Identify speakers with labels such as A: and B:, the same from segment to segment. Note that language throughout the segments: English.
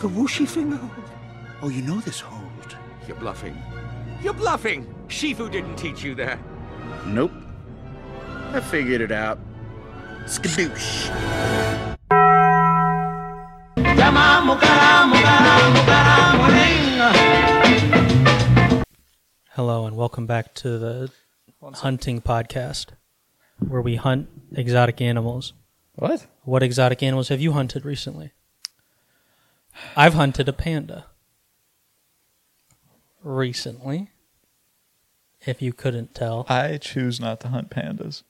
A: The Wuxifeng hold? Oh, you know this hold.
B: You're bluffing. You're bluffing! Shifu didn't teach you that.
C: Nope. I figured it out. Skadoosh.
D: Hello, and welcome back to the hunting podcast, where we hunt exotic animals.
E: What?
D: What exotic animals have you hunted recently? I've hunted a panda recently. If you couldn't tell,
E: I choose not to hunt pandas.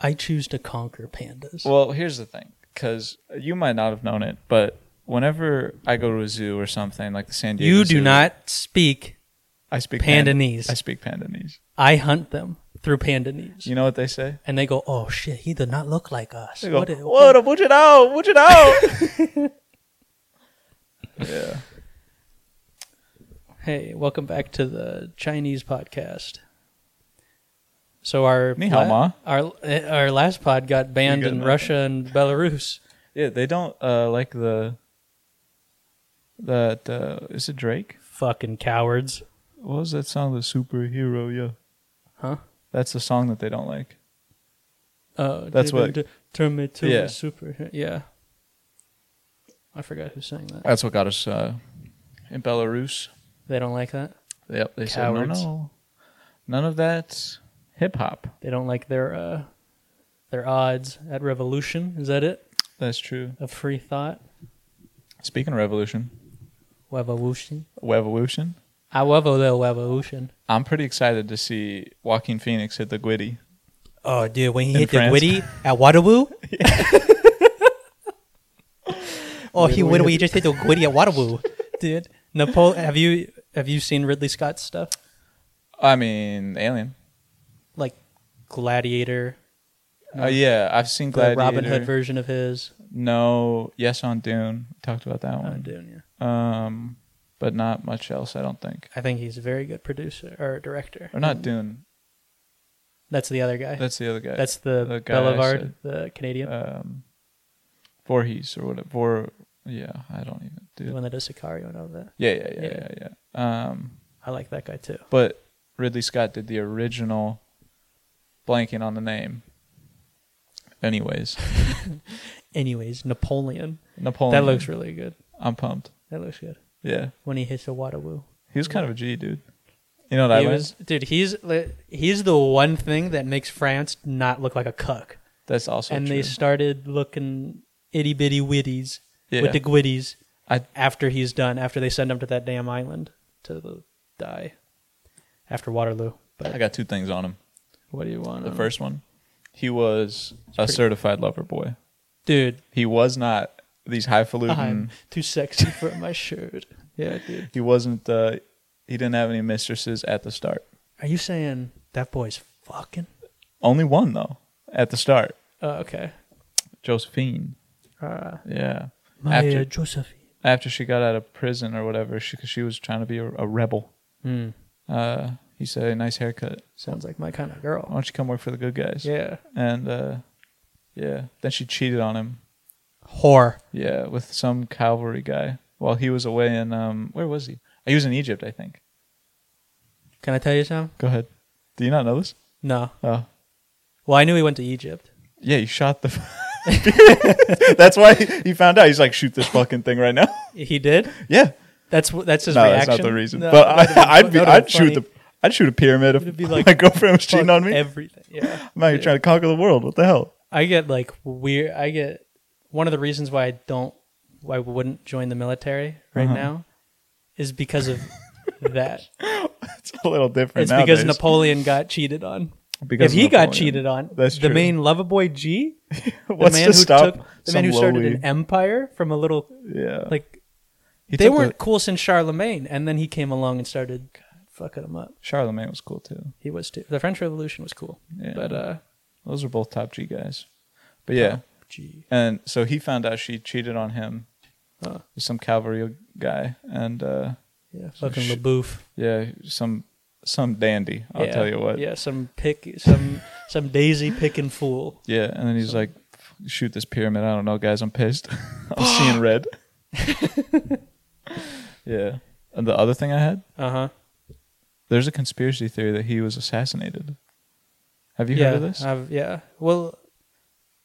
D: I choose to conquer pandas.
E: Well, here's the thing, because you might not have known it, but whenever I go to a zoo or something like the San Diego,
D: you do
E: Zoo,
D: not speak.
E: I speak
D: Pandanese.
E: I speak Pandanese.
D: I hunt them through panda knees.
E: You know what they say?
D: And they go, oh shit, he did not look like us.
E: They go,
D: What i-
E: "Whoa, the- watch it out, watch it out." yeah.
D: Hey, welcome back to the Chinese podcast. So our
E: Ni hao, ma.
D: our eh, our last pod got banned
E: You got
D: in
E: nothing.
D: Russia and Belarus.
E: Yeah, they don't uh, like the that uh, is it Drake?
D: Fucking cowards.
E: What was that song? The superhero, yeah.
D: Huh?
E: That's the song that they don't like.
D: Uh,
E: That's
D: didn't
E: what-
D: d- turn me to
E: Yeah.
D: a super. Yeah. I forgot who sang that.
E: That's what got us uh, in Belarus.
D: They don't like that.
E: Yep, they
D: Cowards.
E: said no, no, none of that hip hop.
D: They don't like their uh, their odds at revolution. Is that it?
E: That's true.
D: Of free thought.
E: Speaking of revolution,
D: Revolution.
E: revolution.
D: I love the revolution.
E: I'm pretty excited to see Joaquin Phoenix hit the Gwitty.
D: Oh, dude, when he
E: In
D: hit
E: France.
D: the witty at Waterloo. oh, he when we just hit the witty at Waterloo, dude. Napole, have you have you seen Ridley Scott's stuff
E: I mean, Alien.
D: like Gladiator,
E: Oh yeah, I've seen
D: the
E: Gladiator.
D: Robin Hood version of his?
E: No, yes on Dune. We talked about that
D: Oh,
E: one.
D: dude, yeah.
E: Um, but not much else. I don't think.
D: I think he's a very good producer or director.
E: Or not Dune.
D: That's the other guy. That's,
E: That's the other guy.
D: the,
E: the guy I
D: Boulevard,
E: said.
D: the Canadian,
E: um, Voorhees or whatever. Vor, yeah, I don't even.
D: the
E: Dude.
D: one that does Sicario and all that.
E: Yeah, yeah, yeah,
D: Yeah.
E: yeah, yeah. Um,
D: I like that guy too.
E: but Ridley Scott did the original. Blanking on the name. Anyways,
D: Anyways, Napoleon.
E: Napoleon.
D: That looks really good.
E: I'm pumped.
D: That looks good.
E: Yeah,
D: When he hits the Waterloo.
E: he was kind of a G dude. You know what I
D: He
E: learned?
D: was, dude. He's li- he's the one thing that makes France not look like a cuck.
E: That's also
D: and
E: true.
D: they started looking itty bitty witties
E: Yeah.
D: with the gwitties
E: I-
D: after he's done. After they send him to that damn island to the, die after Waterloo. But
E: I got two things on him.
D: what do you want?
E: The
D: um,
E: first one, he was a
D: pretty-
E: certified lover boy.
D: dude,
E: He was not these highfalutin.
D: I'm too sexy for my shirt. Yeah, dude.
E: He wasn't. Uh, he didn't have any mistresses at the start.
D: Are you saying that boy's fucking?
E: Only one though at the start,
D: Oh, okay.
E: Josephine.
D: Uh,
E: Yeah.
D: Maria
E: After-
D: Josephine.
E: After she got out of prison or whatever, she 'cause she was trying to be a, a rebel.
D: Hmm.
E: Uh, he said, "Hey, "Nice haircut.
D: sounds like my kind of
E: Why
D: girl.
E: don't you come work for the good guys?"
D: Yeah,
E: And uh, yeah, then she cheated on him.
D: whore.
E: Yeah, with some cavalry guy while he was away in um, where was he? He was in Egypt, I think.
D: Can I tell you something?
E: Go ahead. Do you not know this?
D: No.
E: Oh,
D: Well, I knew he went to Egypt.
E: yeah, he shot the. That's why he found out. He's like, shoot this fucking thing right now.
D: He did.
E: yeah,
D: That's wh- that's his
E: no,
D: reaction.
E: that's not the reason.
D: No,
E: but
D: that would've been-
E: I, I'd be,
D: that would've
E: I'd
D: been
E: shoot
D: funny.
E: the, I'd shoot a pyramid if
D: be like,
E: my girlfriend was cheating
D: Fuck
E: on me.
D: Everything. Yeah.
E: I'm out here trying to conquer the world. What the hell?
D: I get like weird. I get one of the reasons why I don't, why I wouldn't join the military right
E: Uh-huh.
D: now, is because of that.
E: It's a little different.
D: It's because
E: nowadays.
D: Napoleon got cheated on.
E: Because
D: if he
E: Napoleon.
D: got cheated on,
E: That's
D: the
E: true.
D: main lover boy G, the
E: What's
D: man
E: to
D: who
E: stop
D: took, the
E: some
D: man who started
E: lowly-
D: an empire from a little
E: yeah,
D: like
E: He
D: they
E: took
D: weren't
E: The,
D: cool since Charlemagne, and then he came along and started fucking them up.
E: Charlemagne was cool too.
D: He was too. The French Revolution was cool,
E: Yeah.
D: but uh,
E: Those are both top G guys. But yeah,
D: gee,
E: and so he found out she cheated on him
D: Huh.
E: with some cavalry guy, and uh,
D: yeah, fucking
E: sh-
D: LeBouf.
E: yeah, some some dandy. I'll
D: Yeah.
E: tell you what.
D: Yeah, some pick, some Some daisy picking fool.
E: Yeah, and then he's like, "Shoot this pyramid." I don't know, guys. I'm pissed. I'm seeing red. yeah. And the other thing I had,
D: Uh huh.
E: there's a conspiracy theory that he was assassinated. Have you
D: yeah, uh,
E: heard of this?
D: I've, yeah. Well,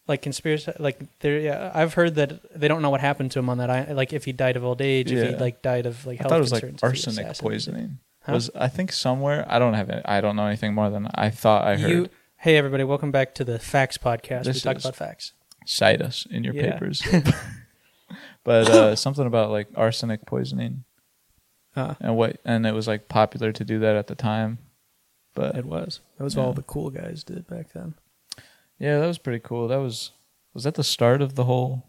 D: like conspiracy, like there. Yeah, I've heard that they don't know what happened to him on that. I like if he died of old age, if he
E: Yeah.
D: like died of like
E: I
D: health
E: thought it was like
D: concerns, if he
E: arsenic
D: assassinated.
E: poisoning.
D: Huh?
E: Was I think somewhere I don't have any, I don't know anything more than I thought I heard.
D: You, hey everybody, welcome back to the Facts Podcast. we
E: This
D: talk
E: is-
D: about facts.
E: Cite us in your
D: Yeah.
E: papers. but uh, something about like arsenic poisoning
D: Uh,
E: and what and it was like popular to do that at the time. But
D: it was. That was
E: Yeah.
D: all the cool guys did back then.
E: yeah, that was pretty cool. That was was that the start of the whole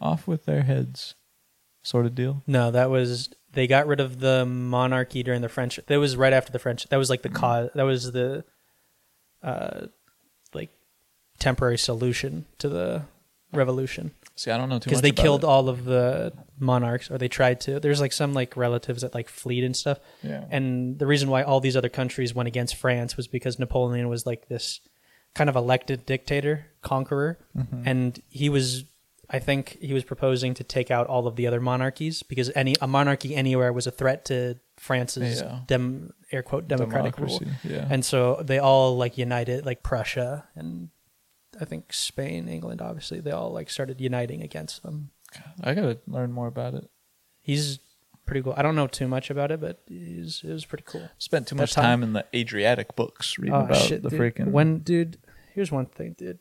E: off with their heads sort of deal?
D: No, that was they got rid of the monarchy during the French. That was right after the French. That was like the cause. That was the, uh, like, temporary solution to the revolution
E: See, I don't know too much
D: because they
E: about
D: killed
E: it.
D: all of the monarchs or they tried to. There's like some like relatives that like fleed and stuff.
E: Yeah.
D: And the reason why all these other countries went against France was because Napoleon was like this kind of elected dictator, conqueror,
E: Mm-hmm.
D: and he was I think he was proposing to take out all of the other monarchies because any a monarchy anywhere was a threat to France's
E: Yeah.
D: dem, air quote democratic rule.
E: Democracy, yeah.
D: And so they all like united like Prussia and I think Spain, England obviously, they all like started uniting against them.
E: I gotta learn more about it.
D: He's pretty cool. I don't know too much about it, but he's it was pretty cool.
E: Spent too
D: That
E: much
D: time-
E: time in the Adriatic books reading
D: Oh,
E: about
D: shit,
E: the
D: dude.
E: freaking
D: when dude here's one thing dude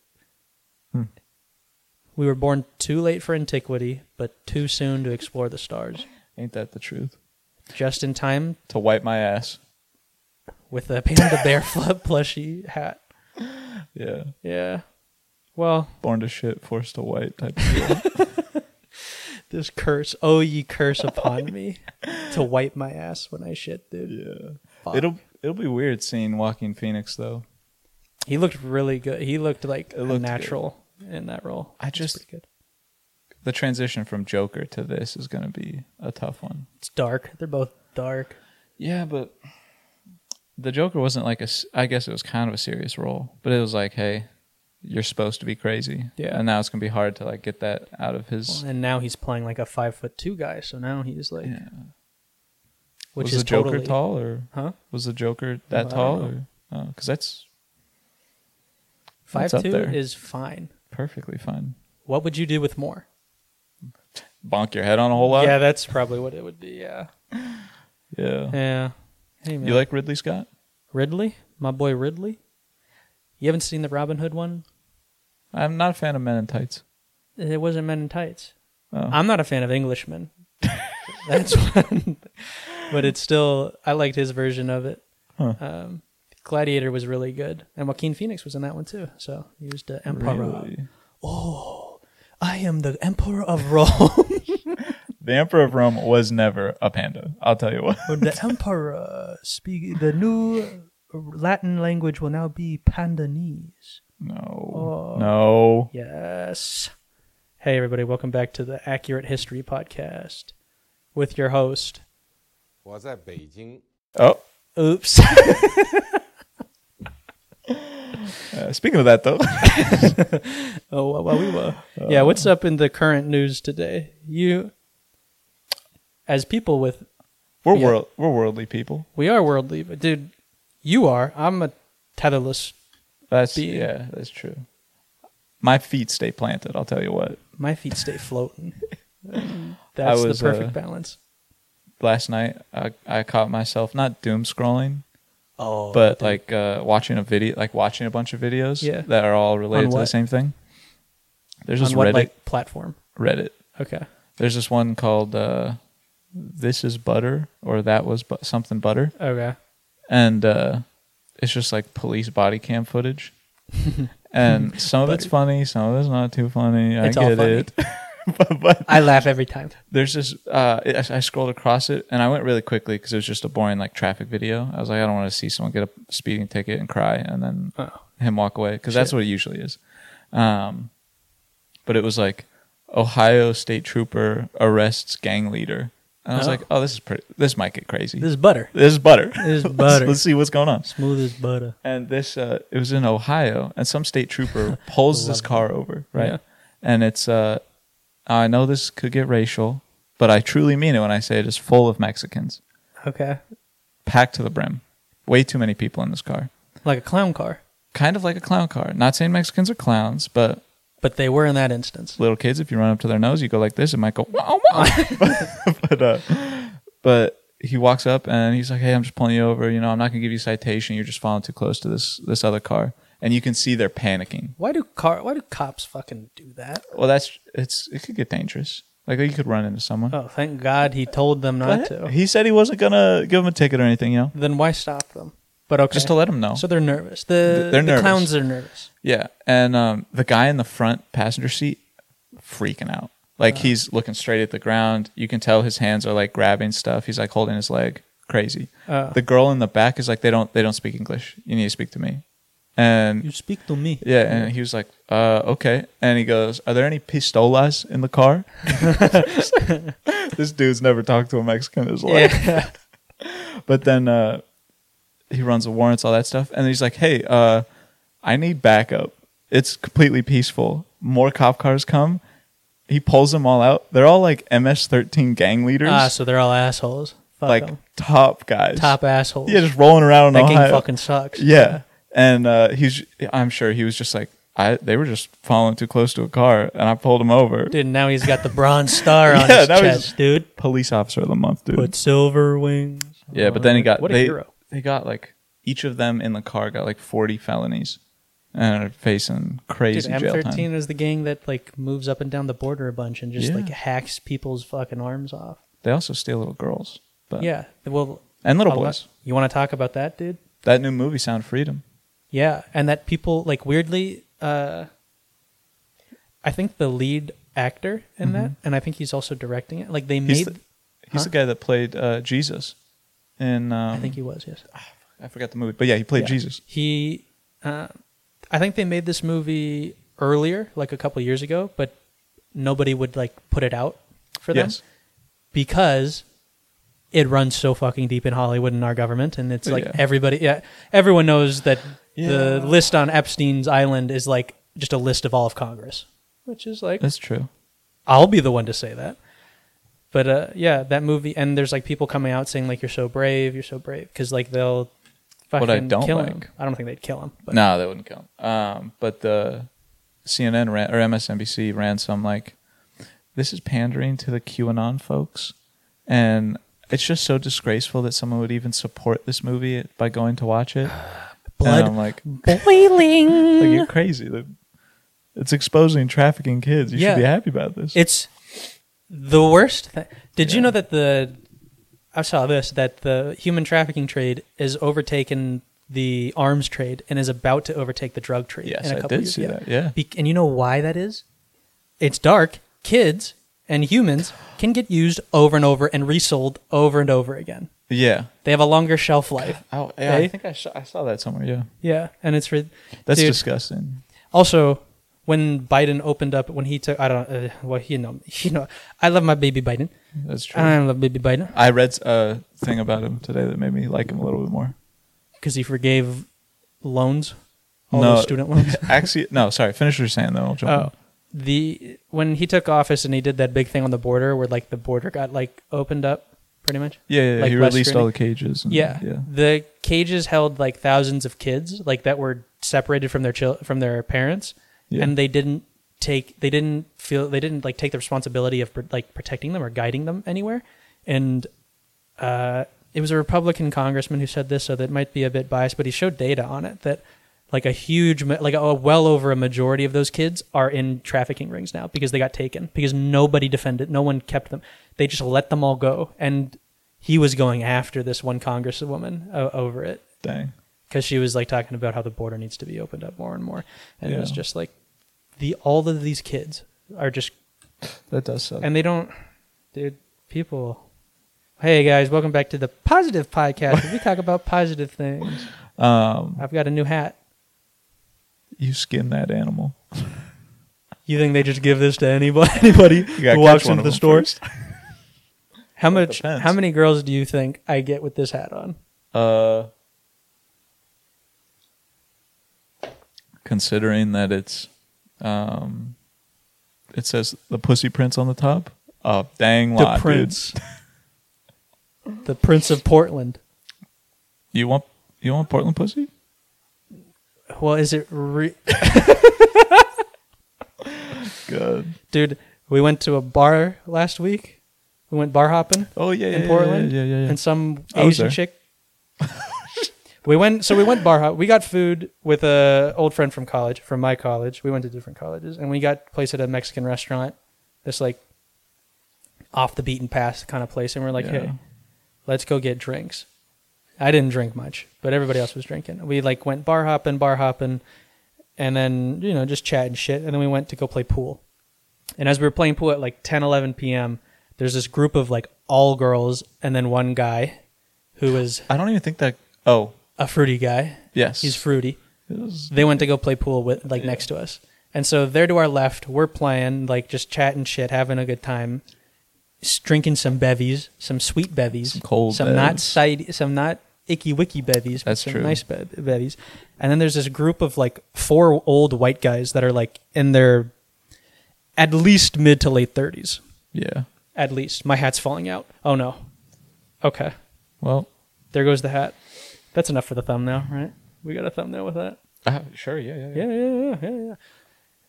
E: Hmm.
D: we were born too late for antiquity but too soon to explore the stars
E: ain't that the truth?
D: just in time
E: To wipe my ass.
D: with the Panda the bear flip plushie hat
E: Yeah.
D: yeah well
E: Born to shit, forced to white type of deal.
D: this curse oh ye curse upon me to wipe my ass when i shit dude
E: yeah.
D: Fuck.
E: It'll it'll be weird seeing Walking Phoenix though.
D: he looked really good he looked like a
E: looked
D: natural in that role
E: I
D: It's
E: just-
D: pretty good
E: The transition from Joker to this is gonna be a tough one.
D: it's dark they're both dark
E: Yeah, but the Joker wasn't like a. s- I guess it was kind of a serious role, but it was like, hey, you're supposed to be crazy.
D: Yeah.
E: And now it's gonna be hard to like get that out of his.
D: and now he's playing like a five foot two guy so now he's like
E: Yeah.
D: which
E: was
D: is
E: the Joker
D: totally,
E: tall or
D: Huh?
E: was the Joker
D: I
E: that
D: don't
E: tall
D: know.
E: or? Because that's
D: Five
E: It's up
D: two
E: there.
D: is fine.
E: perfectly fine.
D: What would you do with more?
E: Bonk your head on a whole lot.
D: yeah, that's probably what it would be. Yeah.
E: Yeah.
D: Yeah. Hey man.
E: You like Ridley Scott?
D: Ridley? My boy Ridley. You haven't seen the Robin Hood one?
E: I'm not a fan of Men in Tights.
D: It wasn't Men in Tights.
E: Oh.
D: I'm not a fan of Englishmen. that's one. but it's still I liked his version of it.
E: Huh.
D: Um, Gladiator was really good, and Joaquin Phoenix was in that one too. So he was the emperor.
E: Really?
D: I am the emperor of Rome.
E: The Emperor of Rome was never a panda. I'll tell you what.
D: the emperor speak the new Latin language will now be Pandanese. Oh.
E: No. No.
D: Yes. Hey everybody, welcome back to the Accurate History podcast with your host.
B: 我在北京
E: Oh.
D: Oops.
E: Uh, speaking of that, though,
D: oh, well, well, we were. Uh, yeah, what's up in the current news today? You as people with
E: we're
D: Yeah.
E: world, we're worldly people.
D: we are worldly, but dude, you are. I'm a tetherless.
E: That's
D: Being-
E: yeah, that's true. My feet stay planted. I'll tell you what.
D: My feet stay floating. That's
E: was,
D: the perfect
E: uh,
D: balance.
E: Last night, I, I caught myself not doom scrolling,
D: Oh,
E: but like uh, watching a video, like watching a bunch of videos
D: Yeah.
E: that are all related to the
D: what?
E: same thing. There's
D: on
E: this
D: what
E: Reddit.
D: like platform?
E: Reddit.
D: Okay.
E: There's this one called uh, "This is Butter" or "That was bu- something Butter."
D: Okay.
E: and uh, it's just like police body cam footage. and some of it's funny, some of it's not too funny. I
D: It's all
E: get
D: funny.
E: it. but, but
D: I laugh every time.
E: there's this. Uh, I- I scrolled across it and I went really quickly because it was just a boring like traffic video. I was like, I don't want to see someone get a speeding ticket and cry and then
D: Oh.
E: him walk away because that's what it usually is. Um, but it was like Ohio state trooper arrests gang leader And I was like, oh, this is pretty. This might get crazy.
D: This
E: This,
D: is butter.
E: is butter.
D: This is
E: Let's-
D: butter.
E: let's, see what's going on.
D: Smooth as butter.
E: And this, uh, it was in Ohio, and some state trooper pulls this car over, right?
D: Yeah.
E: And it's, uh, I know this could get racial, but I truly mean it when I say it is full of Mexicans,
D: Okay.
E: packed to the brim. Way too many people in this car.
D: Like a clown car.
E: Kind of like a clown car. Not saying Mexicans are clowns, but
D: But they were in that instance.
E: little kids, if you run up to their nose, you go like this, it might go. Wow, wow. but uh, but he walks up and he's like, "Hey, I'm just pulling you over. You know, I'm not gonna give you a citation. You're just following too close to this this other car." And you can see they're panicking.
D: Why do car? Why do cops fucking do that?
E: Well, that's it's it could get dangerous. Like you could run into someone.
D: Oh, thank God he told them
E: But
D: not to.
E: He said he wasn't gonna give him a ticket or anything. You know,
D: Then why stop them? But okay,
E: just to let him know.
D: So they're nervous. The
E: They're
D: the
E: nervous.
D: clowns are nervous.
E: Yeah, and um, the guy in the front passenger seat freaking out. Like he's looking straight at the ground. You can tell his hands are like grabbing stuff. He's like holding his leg, crazy. the girl in the back is like, they don't they don't speak English. You need to speak to me. And
D: You speak to me.
E: yeah, and he was like, uh, okay. And he goes, are there any pistolas in the car? this dude's never talked to a Mexican in his life. But then uh, he runs the warrants, all that stuff, and he's like, "Hey, uh, I need backup. It's completely peaceful. More cop cars come." He pulls them all out. They're all like MS-13 gang leaders,
D: Ah, so they're all assholes. Fuck
E: like
D: 'em.
E: top guys,
D: top assholes.
E: Yeah, just rolling around in
D: that game
E: Ohio.
D: fucking sucks.
E: yeah, and uh, he's. I'm sure he was just like, I. They were just following too close to a car, and I pulled him over.
D: dude. Now he's got the bronze star on
E: Yeah,
D: his
E: now he's-
D: chest, dude.
E: Police officer of the month, dude.
D: Put silver wings.
E: Yeah, but then he got
D: what a
E: they,
D: hero.
E: They got like each of them in the car got like forty felonies and are facing
D: Dude,
E: crazy jail
D: M13
E: time.
D: is the gang that like moves up and down the border a bunch and just
E: Yeah.
D: like hacks people's fucking arms off.
E: They also steal little girls, but
D: Yeah, well,
E: and little
D: a lot-
E: boys.
D: You want to talk about that, dude?
E: That new movie, Sound of Freedom.
D: Yeah, and that people like weirdly, uh, I think the lead actor in that, and I think he's also directing it. Like they
E: Mm-hmm. He's
D: made,
E: the, he's
D: Huh?
E: the guy that played uh, Jesus, and um,
D: I think he was yes.
E: I forgot the movie, but yeah, he played
D: Yeah.
E: Jesus.
D: He, uh, I think they made this movie earlier, like a couple years ago, but nobody would like put it out for them
E: Yes.
D: because it runs so fucking deep in Hollywood and our government, and it's like
E: Yeah.
D: everybody, yeah, everyone knows that the
E: Yeah.
D: list on Epstein's island is like just a list of all of Congress, which is like
E: That's true.
D: I'll be the one to say that. But uh, yeah, that movie, and there's like people coming out saying like you're so brave, you're so brave, because like they'll fucking
E: What I don't
D: kill him.
E: like-
D: I don't think they'd kill him, but
E: No, that wouldn't count. Um, but the CNN ran, or MSNBC ran some like, this is pandering to the QAnon folks, and it's just so disgraceful that someone would even support this movie by going to watch it.
D: blood
E: and I'm like,
D: boiling.
E: like you're crazy. Like, It's exposing trafficking kids. You
D: Yeah.
E: should be happy about this.
D: It's the worst. Thing. Did you know that the I saw this that the human trafficking trade has overtaken the arms trade and is about to overtake the drug trade.
E: Yes,
D: in a
E: I
D: couple
E: did
D: years.
E: see that, yeah.
D: Be- and you know why that is? It's dark. Kids and humans can get used over and over and resold over and over again.
E: yeah.
D: They have a longer shelf life.
E: Oh,
D: yeah, I
E: I
D: Hey?
E: think I, saw that somewhere. Yeah,
D: Yeah, and it's for
E: that's
D: Dude,
E: disgusting.
D: Also, when Biden opened up, when he took, I don't, uh, well, you know, you know, I love my baby Biden.
E: That's true.
D: I love baby Biden.
E: I read a thing about him today that made me like him a little bit more.
D: because he forgave loans, all
E: No.
D: those student loans.
E: Actually, no, sorry. Finish what you're saying, then I'll jump. in.
D: oh, the when he took office and he did that big thing on the border where like the border got like opened up, pretty much.
E: Yeah, yeah.
D: Like
E: he
D: less
E: released
D: scrutiny.
E: all the cages. And,
D: Yeah.
E: yeah.
D: the cages held like thousands of kids, like that were separated from their chil- from their parents,
E: Yeah.
D: and they didn't take they didn't feel they didn't like take the responsibility of pr- like protecting them or guiding them anywhere, and uh, it was a Republican congressman who said this, so that might be a bit biased, but he showed data on it that like a huge ma- like a well over a majority of those kids are in trafficking rings now because they got taken because nobody defended no one kept them they just let them all go and he was going after this one congresswoman uh, over it
E: Dang.
D: because she was like talking about how the border needs to be opened up more and more and it was
E: Yeah.
D: just like the all of these kids are just
E: That does suck.
D: and they don't dude people hey guys welcome back to the positive podcast where we talk about positive things
E: um,
D: i've got a new hat
E: you skin that animal.
D: you think they just give this to anybody anybody
E: gotta
D: who walks
E: catch one
D: into
E: of
D: the
E: them
D: store How much?
E: depends.
D: How many girls do you think I get with this hat on?
E: Uh, considering that it's, um, it says the pussy prints on the top. Oh, dang lot,
D: the
E: dude.
D: Prince, the Prince of Portland.
E: You want you want Portland pussy?
D: Well, is it re-
E: Good.
D: dude? We went to a bar last week. We went bar hopping.
E: Oh yeah, yeah,
D: in
E: yeah,
D: Portland.
E: Yeah, yeah, yeah.
D: And some
E: I was
D: Asian
E: there.
D: chick. we went. So we went bar hop. We got food with a old friend from college, from my college. We went to different colleges, and we got place at a Mexican restaurant. This like off the beaten path kind of place, and we're like,
E: Yeah.
D: hey, let's go get drinks. I didn't drink much, but everybody else was drinking. We like went bar hopping, bar hopping, and then you know just chatting shit, and then we went to go play pool. And as we were playing pool at like 10, 11 p.m., there's this group of like all girls and then one guy who was
E: I don't even think that. Oh
D: a fruity guy.
E: yes,
D: He's fruity.
E: It was-
D: They went to go play pool with like next to us. And so they're to our left. We're playing, like just chatting shit, having a good time, s- drinking some bevies, some sweet bevies,
E: Some cold
D: some not
E: bevs.
D: side, some not icky wicky bevies, but
E: That's
D: some
E: true.
D: nice be- bevies. And then there's this group of like four old white guys that are like in their at least mid to late thirties.
E: yeah.
D: At least. My hat's falling out. Oh no. Okay.
E: Well,
D: There goes the hat. That's enough for the thumbnail, right? We got a thumbnail with that.
E: uh, sure. Yeah, yeah,
D: Yeah, yeah, yeah, yeah, yeah.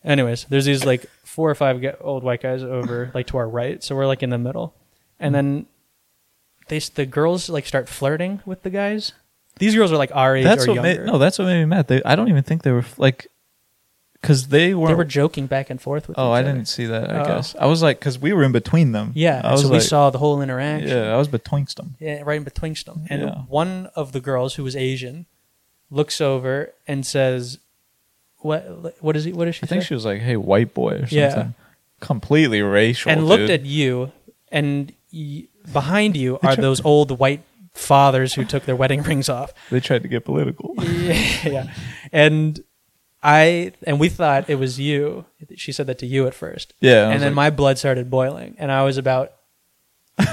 D: Anyways, there's these like four or five gu- old white guys over like to our right, so we're like in the middle,
E: Mm-hmm.
D: and then they s- the girls like start flirting with the guys. These girls are like our age
E: That's
D: or
E: what made
D: younger.
E: no. That's what made me mad. They, I don't even think they were f- like, because they were.
D: they were joking back and forth with.
E: oh,
D: each
E: I
D: other.
E: didn't see that. I
D: Oh.
E: guess I was like, because we were in between them.
D: Yeah,
E: I
D: and
E: was
D: so we
E: like,
D: saw the whole interaction.
E: Yeah, I was betwixt them.
D: yeah, right in between them. And
E: Yeah.
D: one of the girls who was Asian looks over and says, "What? What is he? What is she?"
E: I think
D: say?
E: she was like, "Hey, white boy," or something.
D: Yeah.
E: Completely racial.
D: and looked
E: dude.
D: at you, and y- behind you are those old white fathers who took their wedding rings off.
E: They tried to get political.
D: yeah, and I and we thought it was you. She said that to you at first.
E: Yeah, I was
D: and then
E: like-
D: my blood started boiling, and I was about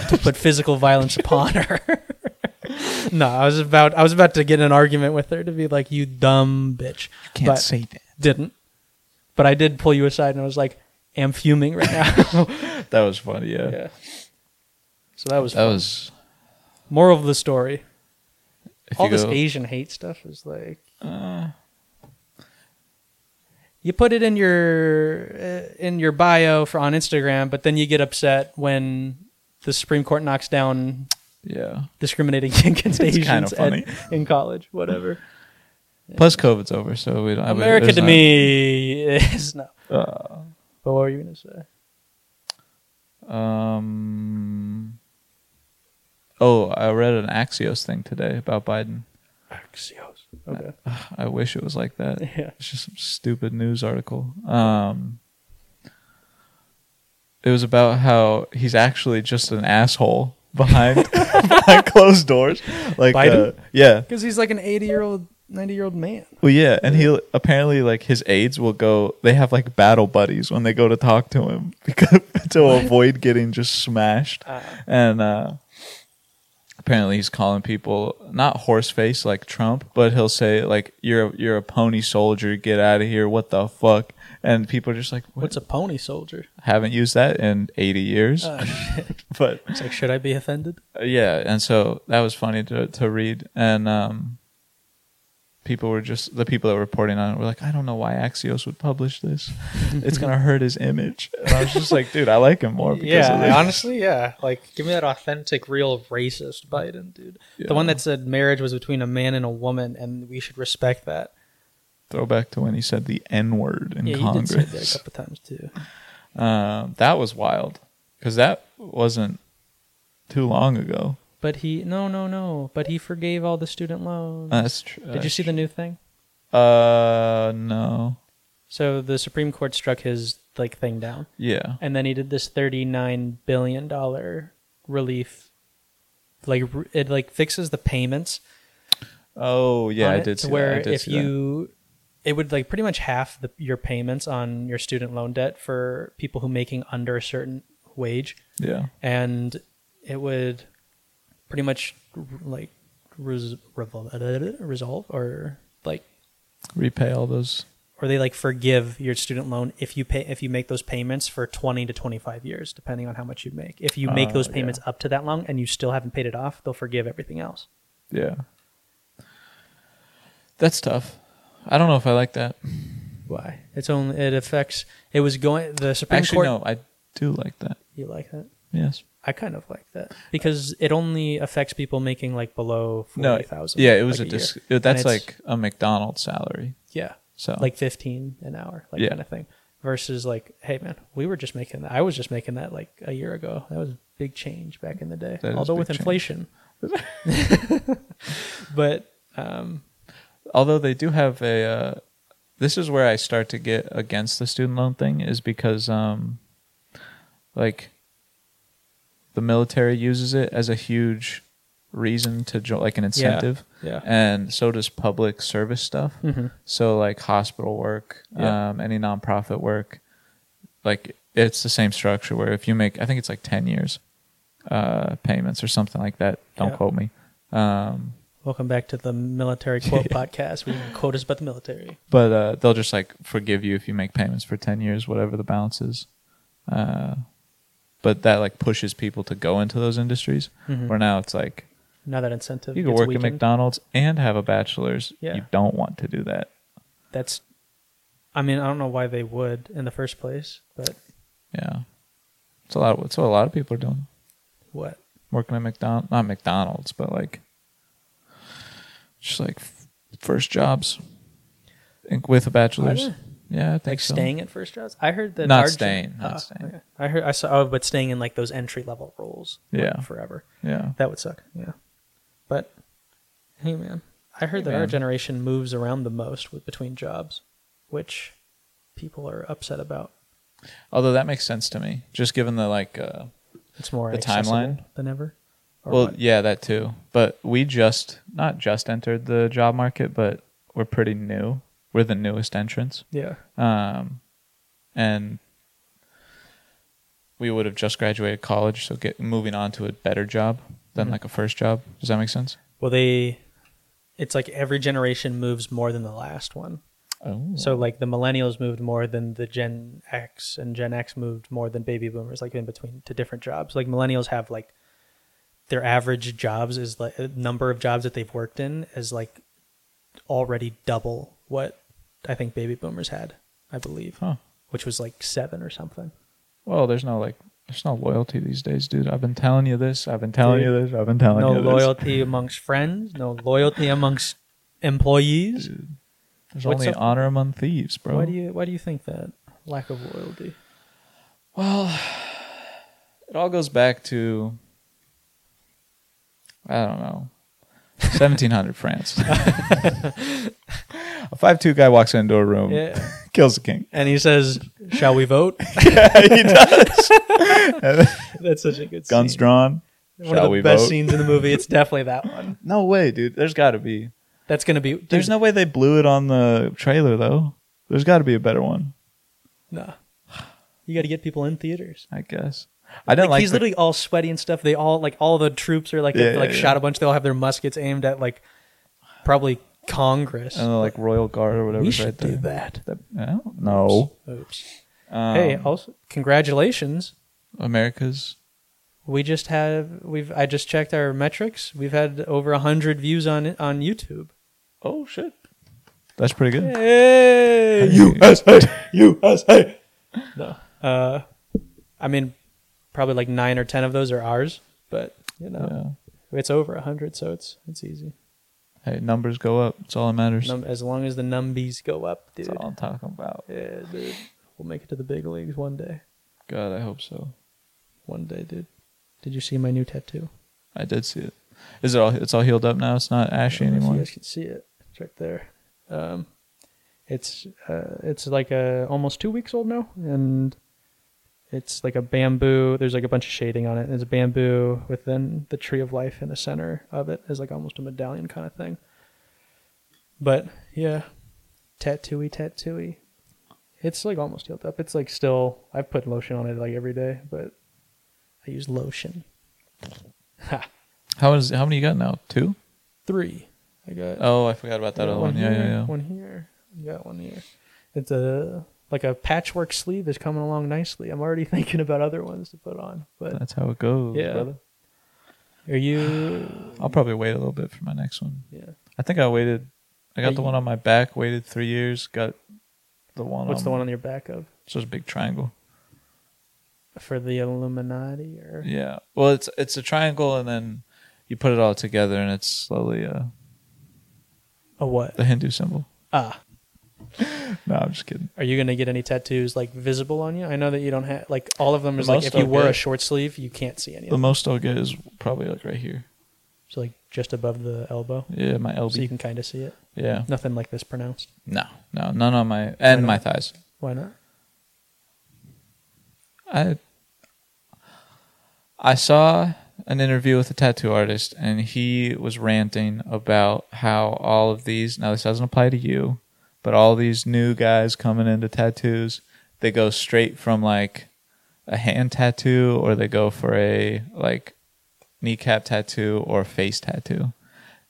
D: to put physical violence upon her. no, I was about I was about to get in an argument with her to be like, "You dumb bitch."
E: Can't
D: but
E: say that.
D: didn't. But I did pull you aside, and I was like, "I'm fuming right now."
E: That was funny. Yeah.
D: yeah. So that was
E: That was.
D: Moral of the story:
E: If
D: all
E: you
D: this
E: go, Uh.
D: Asian hate stuff is like. you put it in your uh, in your bio for on Instagram, but then you get upset when the Supreme Court knocks down
E: Yeah.
D: discriminating against
E: It's
D: Asians
E: kinda funny.
D: at- in college. Whatever.
E: Plus, COVID's over, so we don't. I mean,
D: America
E: there's
D: to
E: not- Uh.
D: me is no. but what were you gonna say?
E: Um. Oh, I read an Axios thing today about Biden.
D: Axios. Okay.
E: I wish it was like that.
D: Yeah.
E: It's just some stupid news article. Um, it was about how he's actually just an asshole behind, behind closed doors. Like,
D: Biden?
E: uh, yeah,
D: Because he's like an eighty-year-old, ninety-year-old man.
E: well, yeah, and he'll apparently like his aides will go. They have like battle buddies when they go to talk to him because to avoid getting just smashed. And uh, apparently, he's calling people not horseface like Trump, but he'll say like, "You're you're a pony soldier. Get out of here. What the fuck?" And people are just like,
D: What's a pony soldier?
E: Haven't used that in eighty years, but
D: It's like, should I be offended?
E: yeah and so that was funny to, to read and um people were just the people that were reporting on it were like i don't know why axios would publish this it's gonna hurt his image and i was just like dude i like him more because of this.
D: Yeah, honestly, yeah. Like, give me that authentic, real racist Biden, dude. The one that said marriage was between a man and a woman, and we should respect that.
E: throwback to when he said the n-word in
D: yeah,
E: congress
D: you did say that a couple times too.
E: um, that was wild because that wasn't too long ago
D: But he, no, no, no. But he forgave all the student loans.
E: that's true
D: Did you see the new thing?
E: uh no
D: So the Supreme Court struck his like thing down,
E: yeah
D: and then he did this thirty-nine billion dollar relief. Like re- it, like fixes the payments.
E: oh yeah
D: on
E: i
D: it
E: did
D: to
E: see
D: where
E: that. I did
D: if
E: see that.
D: you it would like pretty much half the, your payments on your student loan debt for people who making under a certain wage
E: yeah
D: and it would pretty much r- like res- revol- resolve or like
E: Repay all those.
D: or they like forgive your student loan if you pay if you make those payments for 20 to 25 years depending on how much you make if you make
E: Oh,
D: those
E: yeah.
D: payments up to that long and you still haven't paid it off they'll forgive everything else
E: Yeah. That's tough. I don't know if I like that.
D: why it's only it affects it was going the supreme
E: Actually,
D: court
E: no, I do like that.
D: you like that
E: Yes.
D: i kind of like that because it only affects people making like below
E: No.
D: 40000
E: Yeah, it was
D: like
E: a
D: year.
E: dis-
D: And
E: That's
D: it's-
E: like a McDonald's salary.
D: yeah
E: So
D: like 15 an hour like
E: Yeah.
D: kind of thing versus like hey man we were just making that i was just making that like a year ago that was a big change back in the day
E: That is
D: although
E: big
D: with
E: change.
D: inflation but um
E: although they do have a uh, this is where i start to get against the student loan thing is because um like the military uses it as a huge reason to join like an incentive
D: yeah.
E: and so does public service stuff
D: Mhm.
E: so like hospital work
D: Yeah.
E: um any nonprofit work like it's the same structure where if you make i think it's like 10 years uh payments or something like that don't
D: Yeah.
E: quote me
D: welcome back to the military quote podcast we quote us about the military
E: but uh, they'll just like forgive you if you make payments for 10 years whatever the balance is uh, but that like pushes people to go into those industries where now it's like
D: now that incentive
E: you can
D: gets
E: work at
D: Mm-hmm. weakened,
E: mcdonald's and have a bachelor's
D: Yeah.
E: you don't want to do that
D: that's i mean i don't know why they would in the first place but
E: yeah it's a lot of, it's what a lot of people are doing
D: what
E: working at mcdonald's not mcdonald's but like just like f- first jobs and with a bachelor's
D: Are they?
E: yeah i think
D: like
E: so.
D: staying at first jobs i heard that
E: Not
D: our gen-
E: staying, not staying.
D: okay. i heard i saw oh, but staying in like those entry level roles like,
E: Yeah.
D: forever
E: yeah
D: That would suck. Yeah. But hey, man, I heard that our
E: man.
D: generation moves around the most with between jobs, which people are upset about.
E: although that makes sense to me just given the like uh,
D: It's more
E: The
D: accessible
E: timeline?
D: than ever. Or
E: Well,
D: what?
E: yeah, that too. But we just not just entered the job market, but we're pretty new. We're the newest entrants, Um,
D: yeah,
E: and we would have just graduated college, so get moving on to a better job than
D: Mm-hmm.
E: like a first job. Does that make sense?
D: well, they. It's like every generation moves more than the last one.
E: Oh,
D: So like the millennials moved more than the Gen X, and Gen X moved more than baby boomers, like in between to different jobs. Like millennials have like their average jobs is like a number of jobs that they've worked in is like already double what I think baby boomers had, I believe,
E: Huh.
D: which was like seven or something.
E: well, there's no like, there's no loyalty these days, dude. I've been telling you this. I've been telling you this. I've been telling
D: No
E: you this.
D: loyalty amongst friends, no loyalty amongst employees.
E: There's
D: What's
E: only
D: up-
E: honor among thieves, bro.
D: Why do you why do you think that lack of loyalty?
E: it all goes back to I don't know. 1700 France. a 5'2 guy walks into a room,
D: Yeah.
E: kills the king.
D: And he says, "Shall we vote?"
E: he does.
D: That's such a good
E: Guns
D: scene.
E: drawn.
D: One
E: Shall
D: of the
E: we
D: best
E: vote?
D: scenes in the movie. It's definitely that one.
E: No way, dude. There's got to be.
D: That's gonna be. Dude,
E: There's no way they blew it on the trailer, though. There's got to be a better one,
D: Nah. You got to get people in theaters.
E: I guess. I didn't like,
D: he's
E: the-
D: literally all sweaty and stuff. They all like all the troops are like
E: Yeah,
D: like
E: yeah,
D: shot
E: yeah.
D: a bunch. They all have their muskets aimed at like probably Congress.
E: I don't know, uh, like Royal Guard or whatever.
D: we
E: is
D: should
E: right
D: do
E: there. Oh. Um,
D: that.
E: That- I don't know.
D: Oops. hey, also congratulations.
E: America's
D: We just have we've I just checked our metrics. We've had over hundred views on it on YouTube.
E: Oh shit. That's pretty good.
D: Hey,
E: USA, USA.
D: No. Uh, I mean, probably like nine or ten of those are ours, but you know, it's over a hundred, so it's it's easy.
E: Hey, numbers go up. It's all that matters.
D: Num- as long as the numbies go up, dude.
E: That's all I'm talking about.
D: Yeah, dude. We'll make it to the big leagues one day.
E: God, I hope so.
D: One day, dude. Did you see my new tattoo?
E: I did see it. Is it all? It's all healed up now. It's not ashy
D: I don't know
E: anymore.
D: If you guys can see it. It's right there. Um, it's uh, it's like a almost two weeks old now, and it's like a bamboo. There's like a bunch of shading on it. There's a bamboo with then the tree of life in the center of it is like almost a medallion kind of thing. But yeah, tattooy, tattooy. It's like almost healed up. It's like still. I've put lotion on it like every day, but I use lotion
E: How is how many you got now? Two?
D: Three. I got
E: Oh, I forgot about that
D: got
E: other one. Yeah,
D: here,
E: yeah, yeah.
D: One here. I got one here. It's a like a patchwork sleeve is coming along nicely. I'm already thinking about other ones to put on. But
E: That's how it goes,
D: Yeah.
E: brother.
D: are you?
E: I'll probably wait a little bit for my next one.
D: Yeah.
E: I think I waited. I
D: Are
E: got the
D: you-
E: one on my back. Waited three years. Got the one.
D: What's
E: on,
D: the one on your back of
E: It's just a big triangle.
D: for the Illuminati or?
E: Yeah. Well, it's it's a triangle, and then you put it all together, and it's slowly uh,
D: A what?
E: the Hindu symbol.
D: Ah.
E: No, I'm just kidding.
D: Are you gonna get any tattoos like visible on you? I know that you don't have like all of them
E: The
D: is like
E: most
D: if you
E: I'll
D: wear a
E: get-
D: short sleeve, you can't see any of
E: The
D: them.
E: most I'll get is probably like right here.
D: So like just above the elbow,
E: Yeah, my elbow.
D: so you can kind of see it.
E: yeah.
D: Nothing like this pronounced.
E: No, no, none on my and my thighs.
D: Why not?
E: I I saw an interview with a tattoo artist, and he was ranting about how all of these. Now, this doesn't apply to you, but all these new guys coming into tattoos, they go straight from like a hand tattoo, or they go for a like kneecap tattoo or face tattoo,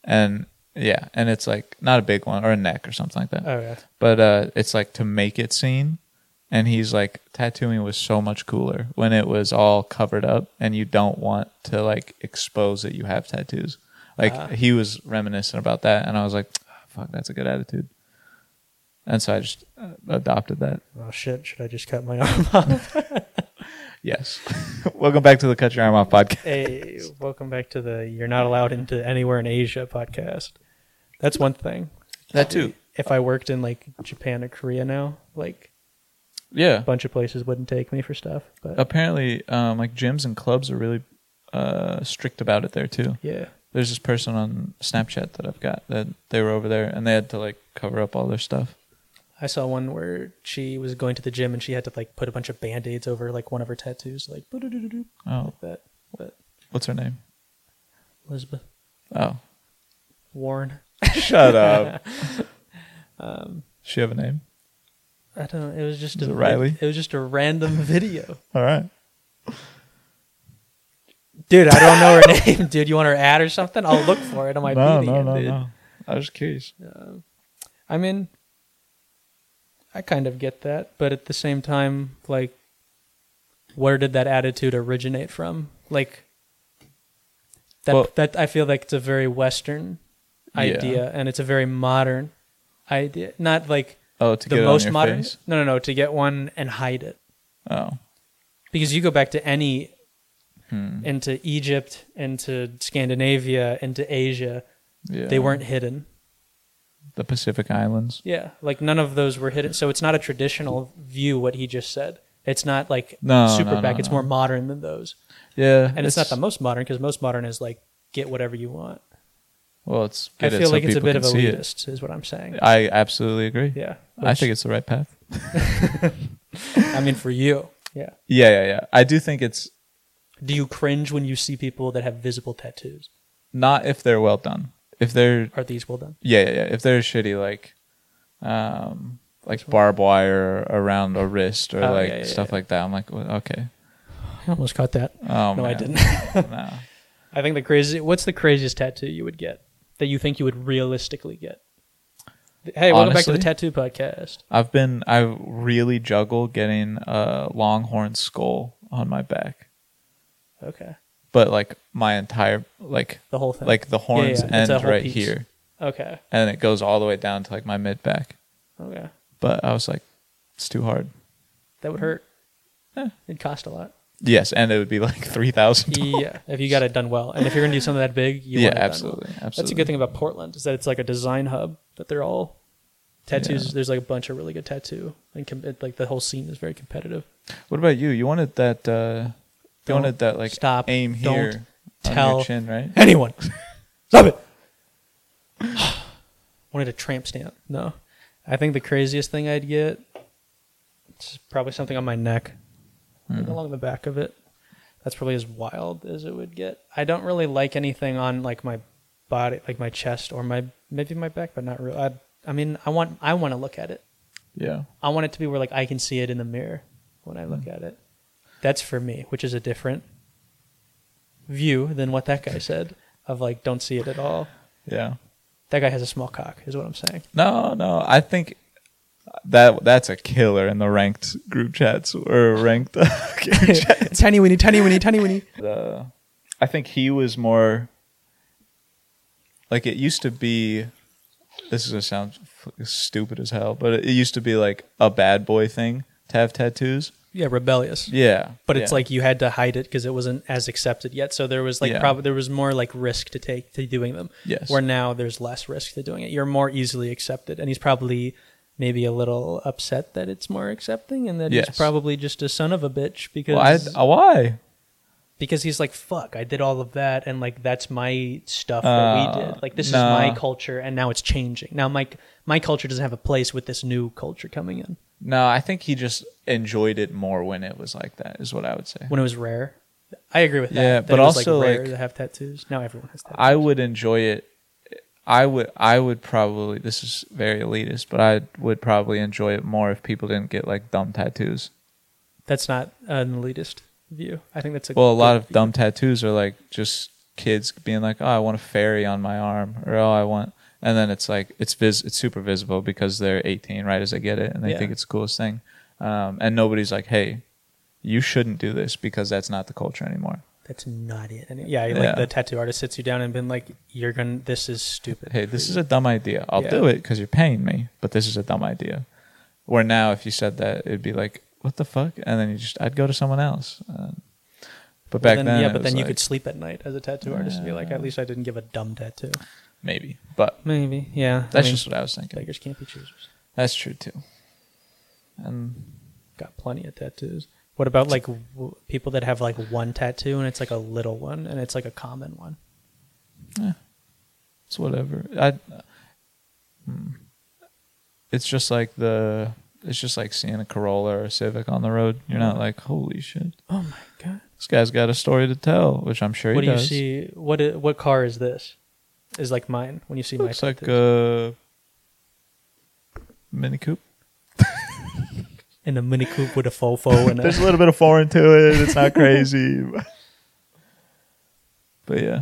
E: and yeah, and it's like not a big one or a neck or something like that
D: Oh yeah.
E: but uh, it's like to make it seen. And he's like, tattooing was so much cooler when it was all covered up, and you don't want to like expose that you have tattoos. Like he was reminiscent about that, and I was like, "Ah, fuck, that's a good attitude. And so I just uh, adopted that.
D: Oh shit! Should I just cut my arm off?
E: Yes. Welcome back to the Cut Your Arm Off podcast.
D: hey, welcome back to the "You're Not Allowed into Anywhere in Asia" podcast. That's one thing.
E: That too.
D: If I worked in like Japan or Korea now, like
E: Yeah.
D: a bunch of places wouldn't take me for stuff. But
E: Apparently, um, like gyms and clubs are really uh, strict about it there too.
D: yeah,
E: there's this person on Snapchat that I've got that they were over there and they had to like cover up all their stuff.
D: I saw one where she was going to the gym and she had to like put a bunch of band aids over like one of her tattoos, like "Boo-doo-doo-doo-doo,"
E: Oh,
D: like that. But
E: what's her name?
D: Elizabeth
E: Oh,
D: Warren,
E: shut up. Um, she have a name?
D: I don't. know. It was just
E: Is
D: a
E: it Riley?
D: It was just a random video,
E: All right.
D: dude. I don't know her name, dude. You want her ad or something? I'll look for it on my
E: No,
D: BDM,
E: no, no,
D: dude.
E: no. I was curious.
D: I mean, I kind of get that, but at the same time, like, where did that attitude originate from? Like, that
E: Well-
D: that I feel like it's a very Western idea, and it's a very modern idea. Not like
E: Oh, to
D: the
E: get
D: most
E: it on your
D: modern.
E: Face?
D: No, no, no. To get one and hide it,
E: Oh,
D: because you go back to any
E: Hmm.
D: into Egypt, into Scandinavia, into Asia,
E: yeah.
D: they weren't hidden.
E: the Pacific Islands.
D: Yeah, like none of those were hidden. So it's not a traditional view what he just said. It's not like
E: No,
D: super
E: no,
D: back.
E: no,
D: it's
E: no.
D: more modern than those,
E: Yeah,
D: and it's, not the most modern because most modern is like get whatever you want.
E: Well, it's.
D: I
E: get it
D: feel
E: so
D: like it's a
E: people
D: bit of
E: can see it.
D: elitist, is what I'm saying.
E: I absolutely agree.
D: yeah,
E: I think it's the right path.
D: it's. I mean, for you, yeah.
E: Yeah, yeah, yeah. I do think it's
D: Do you cringe when you see people that have visible tattoos?
E: not if they're well done. If they're
D: Are these well done?
E: Yeah, yeah, yeah. If they're shitty, like, um, like barbed wire around a wrist or
D: Oh,
E: like
D: yeah, yeah,
E: stuff like that, I'm like, well, okay.
D: I almost caught that.
E: Oh,
D: no, I
E: man.
D: didn't.
E: no.
D: I think the crazy. What's the craziest tattoo you would get that you think you would realistically get? Hey, welcome back to the tattoo podcast.
E: I've been, I really juggle getting a longhorn skull on my back,
D: Okay,
E: but like my entire, like,
D: the whole thing.
E: like the horns
D: yeah, it's a
E: end
D: whole
E: right
D: piece.
E: here,
D: Okay.
E: and it goes all the way down to like my mid back.
D: Okay.
E: But I was like, it's too hard.
D: That
E: Hmm.
D: would hurt.
E: Eh.
D: It'd cost a lot.
E: Yes, and it would be like three thousand.
D: Yeah. If you got it done well. And if you're gonna do something that big, you
E: Yeah,
D: want it done well.
E: absolutely,
D: That's a
E: absolutely.
D: good thing about Portland, is that it's like a design hub that they're all tattoos there's like a bunch of really good tattoo and com- it, like the whole scene is very competitive.
E: What about you? You wanted that. uh You
D: Don't
E: wanted that like
D: stop.
E: aim
D: Don't
E: here on
D: tell.
E: your chin, right?
D: Anyone. Stop it. Wanted a tramp stamp. No. I think the craziest thing I'd get it's probably something on my neck. like along the back of it. That's probably as wild as it would get. I don't really like anything on like my body, like my chest or my maybe my back, but not really. I, I mean, I want I want to look at it.
E: Yeah.
D: I want it to be where like I can see it in Hmm. the mirror when I look at it. That's for me, which is a different view than what that guy said of like don't see it at all.
E: Yeah.
D: That guy has a small cock, is what I'm saying.
E: No, no. I think that that's a killer in the ranked group chats or ranked group chats.
D: tiny weenie, tiny weenie, tiny weenie.
E: Uh, I think he was more like it used to be. This is gonna sound f- stupid as hell, but it used to be like a bad boy thing to have tattoos.
D: Yeah, rebellious.
E: Yeah,
D: But it's
E: yeah.
D: like you had to hide it because it wasn't as accepted yet. So there was like
E: Yeah.
D: probably there was more like risk to take to doing them.
E: Yes.
D: Where now there's less risk to doing it. You're more easily accepted, and he's probably maybe a little upset that it's more accepting, and that
E: Yes.
D: he's probably just a son of a bitch because
E: Well, I- uh, why?
D: because he's like fuck, I did all of that, and like that's my stuff that we
E: Uh,
D: did. Like this
E: nah.
D: is my culture, and now it's changing. Now my my culture doesn't have a place with this new culture coming in
E: No, I think he just enjoyed it more when it was like that. Is what I would say.
D: when it was rare. I agree with that.
E: Yeah,
D: that
E: but
D: it was,
E: also,
D: like rare
E: like-
D: to have tattoos. Now everyone has tattoos.
E: I would enjoy it. I would I would probably this is very elitist, but I would probably enjoy it more if people didn't get like dumb tattoos.
D: That's not an elitist view. I think that's a
E: Well, a lot
D: good
E: of dumb tattoos are like just kids being like, "Oh, I want a fairy on my arm," or "Oh, I want," and then it's like it's vis it's super visible because they're 18 right as they get it, and they
D: Yeah.
E: think it's the coolest thing, um, and nobody's like, "Hey, you shouldn't do this because that's not the culture anymore."
D: That's not it. And yeah,
E: Yeah.
D: like the tattoo artist sits you down and been like, "You're gonna. This is stupid."
E: hey, this is a dumb idea. I'll
D: Yeah.
E: do it because you're paying me, but this is a dumb idea. Where now, if you said that, it'd be like, what the fuck? And then you just, I'd go to someone else. Uh, but
D: Well,
E: back then,
D: yeah,
E: it
D: but
E: was
D: then you
E: like,
D: could sleep at night as a tattoo artist and be like, "At least I didn't give a dumb tattoo."
E: maybe. But
D: Maybe. Yeah.
E: that's just what I was thinking.
D: beggars can't be choosers.
E: That's true too. And
D: Got plenty of tattoos. What about like w- people that have like one tattoo and it's like a little one and it's like a common one?
E: it's whatever. I. hmm. It's just like the. It's just like seeing a Corolla or a Civic on the road. You're
D: Mm.
E: not like, holy shit,
D: Oh my god!
E: this guy's got a story to tell, which I'm sure
D: What
E: he
D: do you
E: does.
D: see? What i- what car is this? Is like mine when you see
E: Looks
D: my
E: like a
D: tattoos.
E: Mini Coupe.
D: in a Mini Coupe with a fofo and a,
E: There's a little bit of foreign to it. It's not crazy. but yeah.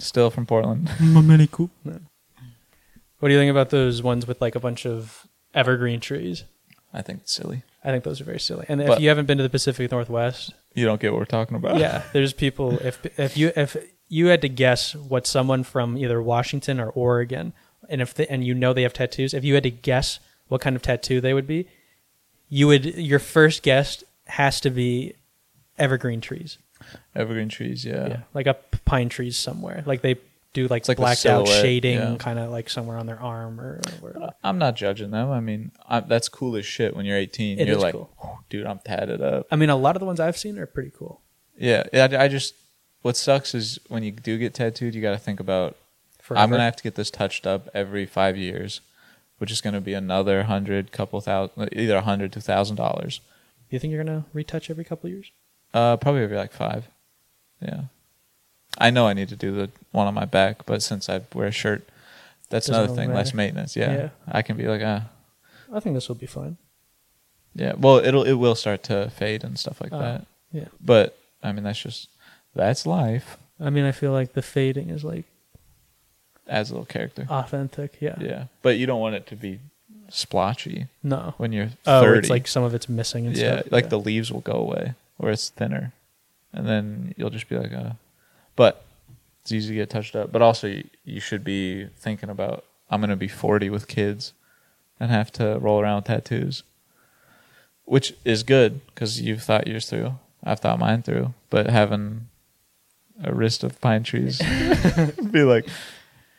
E: Still from Portland.
D: What do you think about those ones with like a bunch of evergreen trees?
E: I think it's silly.
D: I think those are very silly. And
E: But-
D: if you haven't been to the Pacific Northwest,
E: You don't get what we're talking about.
D: yeah, there's people. If if you if you had to guess what someone from either Washington or Oregon, and if they, and you know they have tattoos, if you had to guess what kind of tattoo they would be, you would your first guess has to be evergreen trees,
E: Evergreen trees, yeah.
D: like up pine trees somewhere, like they do like,
E: like the
D: blacked out
E: silhouette,
D: shading,
E: yeah.
D: kind of like somewhere on their arm or. or
E: I'm not judging them. I mean, I, that's cool as shit when you're 18.
D: It
E: you're
D: is
E: like,
D: cool.
E: "Whew, dude, I'm tatted up.
D: I mean, a lot of the ones I've seen are pretty cool.
E: Yeah. I, I just, what sucks is when you do get tattooed, you got to think about I'm
D: Forever.
E: gonna have to get this touched up every five years, which is gonna be another hundred, couple thousand, either a hundred to thousand dollars.
D: Do you think you're gonna retouch every couple of years?
E: Uh, probably every like five. Yeah, I know I need to do the one on my back, but since I wear a shirt, that's
D: Doesn't
E: another thing.
D: really
E: Less
D: matter.
E: maintenance. Yeah.
D: Yeah.
E: I can be like, ah,
D: I think this will be fun.
E: yeah. Well, it'll it will start to fade and stuff like
D: Oh.
E: that.
D: Yeah.
E: But I mean, that's just that's life.
D: I mean, I feel like the fading is like
E: Adds a little character.
D: authentic. Yeah.
E: yeah, but you don't want it to be splotchy
D: No.
E: when you're
D: Oh,
E: thirty.
D: it's like some of it's missing and
E: yeah,
D: stuff.
E: like the leaves will go away or it's thinner, and then you'll just be like, uh, but it's easy to get touched up. But also, you, you should be thinking about I'm gonna be 40 with kids and have to roll around with tattoos, which is good because you've thought yours through. I've thought mine through, but having a wrist of pine trees be like,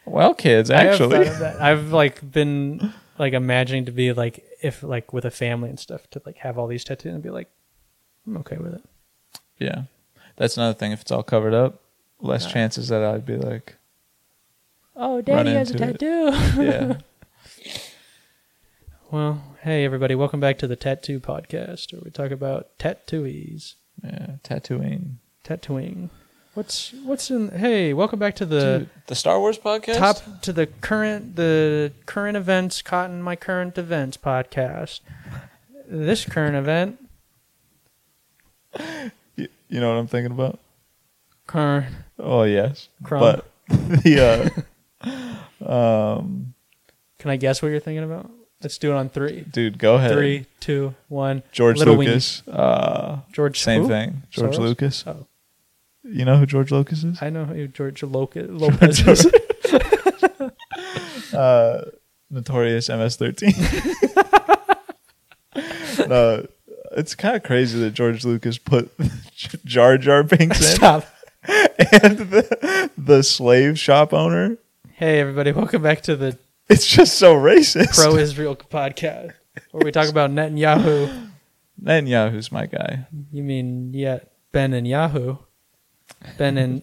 E: well, kids,
D: I
E: actually,
D: have thought of that. I've like been like imagining to be like if like with a family and stuff to like have all these tattoos and be like, I'm okay with it.
E: yeah, that's another thing. If it's all covered up, less chances that I'd be like.
D: Oh,
E: Run daddy has a into it.
D: tattoo.
E: yeah.
D: well, hey everybody, welcome back to the Tattoo Podcast, where we talk about tattooies,
E: Yeah, tattooing.
D: tattooing. What's what's in? Hey, welcome back to the.
E: the Star Wars podcast?
D: top to the current the current events cotton my current events podcast this current event
E: You, you know what I'm thinking about?
D: Karn.
E: Oh yes,
D: Crumb.
E: but the uh,
D: Can I guess what you're thinking about? Let's do it on three.
E: dude, go ahead.
D: Three, two, one.
E: George
D: Little
E: Lucas, uh,
D: Wing. George.
E: same
D: who?
E: thing. George
D: Soros?
E: Lucas.
D: Oh.
E: You know who George Lucas is?
D: I know who George Loca- Lopez is.
E: Notorious MS13. no, it's kind of crazy that George Lucas put Jar Jar Binks in
D: Stop.
E: and the, the slave shop owner.
D: Hey, everybody. Welcome back to the
E: It's just so racist.
D: Pro Israel podcast where we talk about Netanyahu.
E: Netanyahu's my guy.
D: You mean, yeah, Ben and Yahoo. Ben and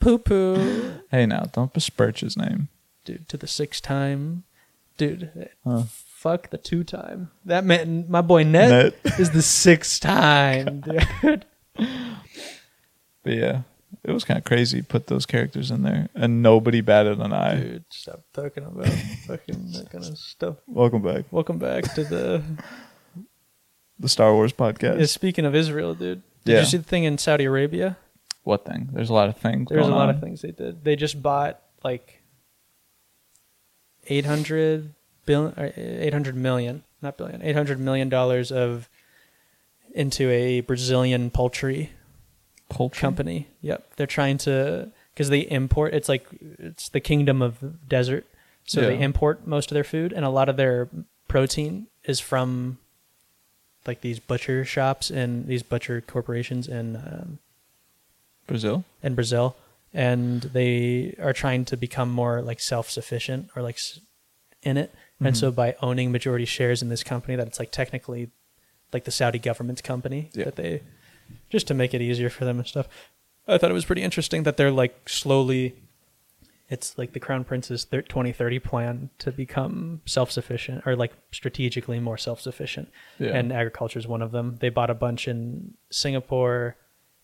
D: Poo Poo.
E: Hey, now don't besmirch his name.
D: dude to the six time dude fuck the two time that meant my boy net, is the six time dude
E: But yeah, it was kind of crazy. to Put those characters in there, and nobody batted an eye.
D: dude stop talking about fucking that kind of stuff
E: Welcome back,
D: welcome back to the
E: the Star Wars podcast.
D: Yeah, speaking of israel dude did
E: Yeah.
D: you see the thing in saudi arabia
E: what thing? There's a lot of things.
D: there's a
E: going
D: lot
E: on.
D: of things they did they just bought like 800 billion or 800 million not billion 800 million dollars of into a brazilian poultry
E: Poultry.
D: company. Yep, they're trying to because they import. It's like it's the kingdom of desert, so they
E: Yeah.
D: import most of their food, and a lot of their protein is from like these butcher shops and these butcher corporations in um,
E: Brazil.
D: in Brazil, and they are trying to become more like self sufficient or like s- in it. And so by owning majority shares in this company, that it's like technically like the Saudi government's company
E: Yeah.
D: that they just to make it easier for them and stuff. I thought it was pretty interesting that they're like slowly. It's like the crown prince's thir- 2030 plan to become self-sufficient or like strategically more self-sufficient.
E: Yeah.
D: And agriculture is one of them. They bought a bunch in Singapore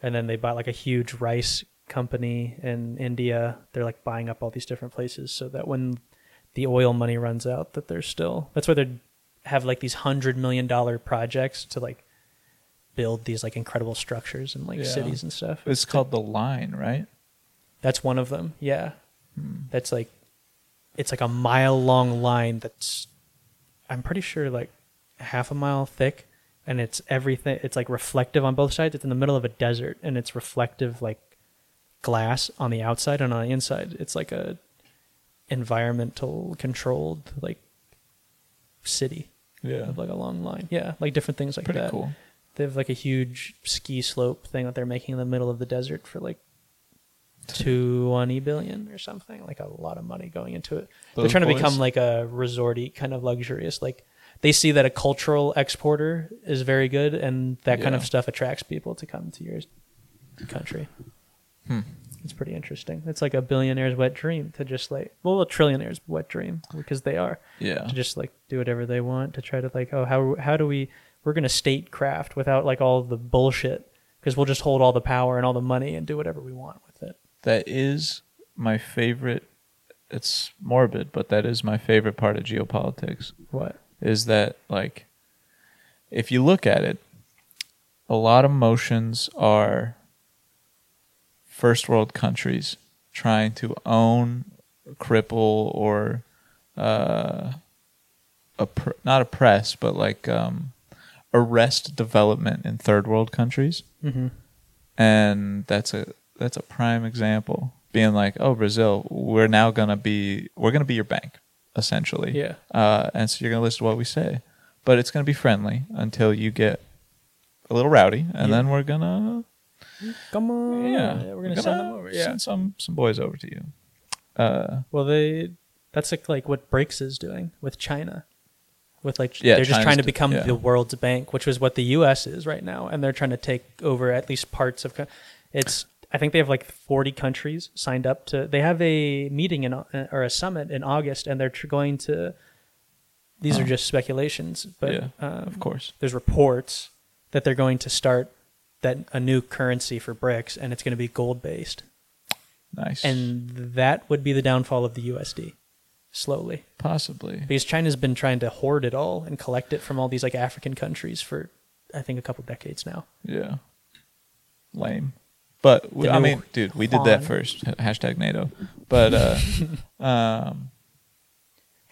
D: and then they bought like a huge rice company in India. They're like buying up all these different places so that when the oil money runs out that they're still that's why they have like these 100 million dollar projects to like build these like incredible structures and like
E: Yeah.
D: cities and stuff.
E: It's called the Line, right?
D: That's one of them. Yeah. That's like it's like a mile long line that's I'm pretty sure like half a mile thick and it's everything it's like reflective on both sides. It's in the middle of a desert and it's reflective like glass on the outside and on the inside. It's like a environmental controlled like city
E: Yeah.
D: of like a long line. Yeah, like different things like
E: Pretty
D: that.
E: cool.
D: They have like a huge ski slope thing that they're making in the middle of the desert for like twenty billion or something. Like a lot of money going into it. they're
E: Those
D: trying to
E: boys.
D: become like a resorty kind of luxurious. Like they see that a cultural exporter is very good, and that kind of
E: Yeah.
D: stuff attracts people to come to your country.
E: Hmm.
D: It's pretty interesting. It's like a billionaire's wet dream to just like well, a trillionaire's wet dream because they are
E: Yeah.
D: to just like do whatever they want to try to like oh how how do we we're gonna statecraft without like all the bullshit because we'll just hold all the power and all the money and do whatever we want with it.
E: That is my favorite. It's morbid, but that is my favorite part of geopolitics.
D: What?
E: is that like if you look at it a lot of motions are first world countries trying to own cripple or uh oppr- not oppress but like um arrest development in third world countries
D: Mm-hmm.
E: and that's a that's a prime example being like oh brazil we're now gonna be we're gonna be your bank essentially
D: Yeah.
E: uh, and so you're gonna listen to what we say but it's gonna be friendly until you get a little rowdy and then we're gonna
D: Come on.
E: yeah
D: we're gonna send them over. Yeah.
E: send some some boys over to you
D: Well, they that's like, like what Breaks is doing with China. With like
E: Yeah,
D: they're just
E: China's
D: trying to
E: do-
D: become
E: yeah.
D: the world's bank, which is what the US is right now, and they're trying to take over at least parts of co- it's I think they have like 40 countries signed up to they have a meeting in Au- or a summit in August and they're tr- going to these are just speculations, but
E: yeah
D: um,
E: of course
D: there's reports that they're going to start that a new currency for BRICS and it's going to be gold based
E: nice
D: and that would be the downfall of the USD slowly
E: possibly
D: because China's been trying to hoard it all and collect it from all these like African countries for I think a couple decades now.
E: yeah lame But we,
D: The
E: I
D: new
E: mean, dude, we did that
D: Juan.
E: first. Hashtag NATO. But uh, um,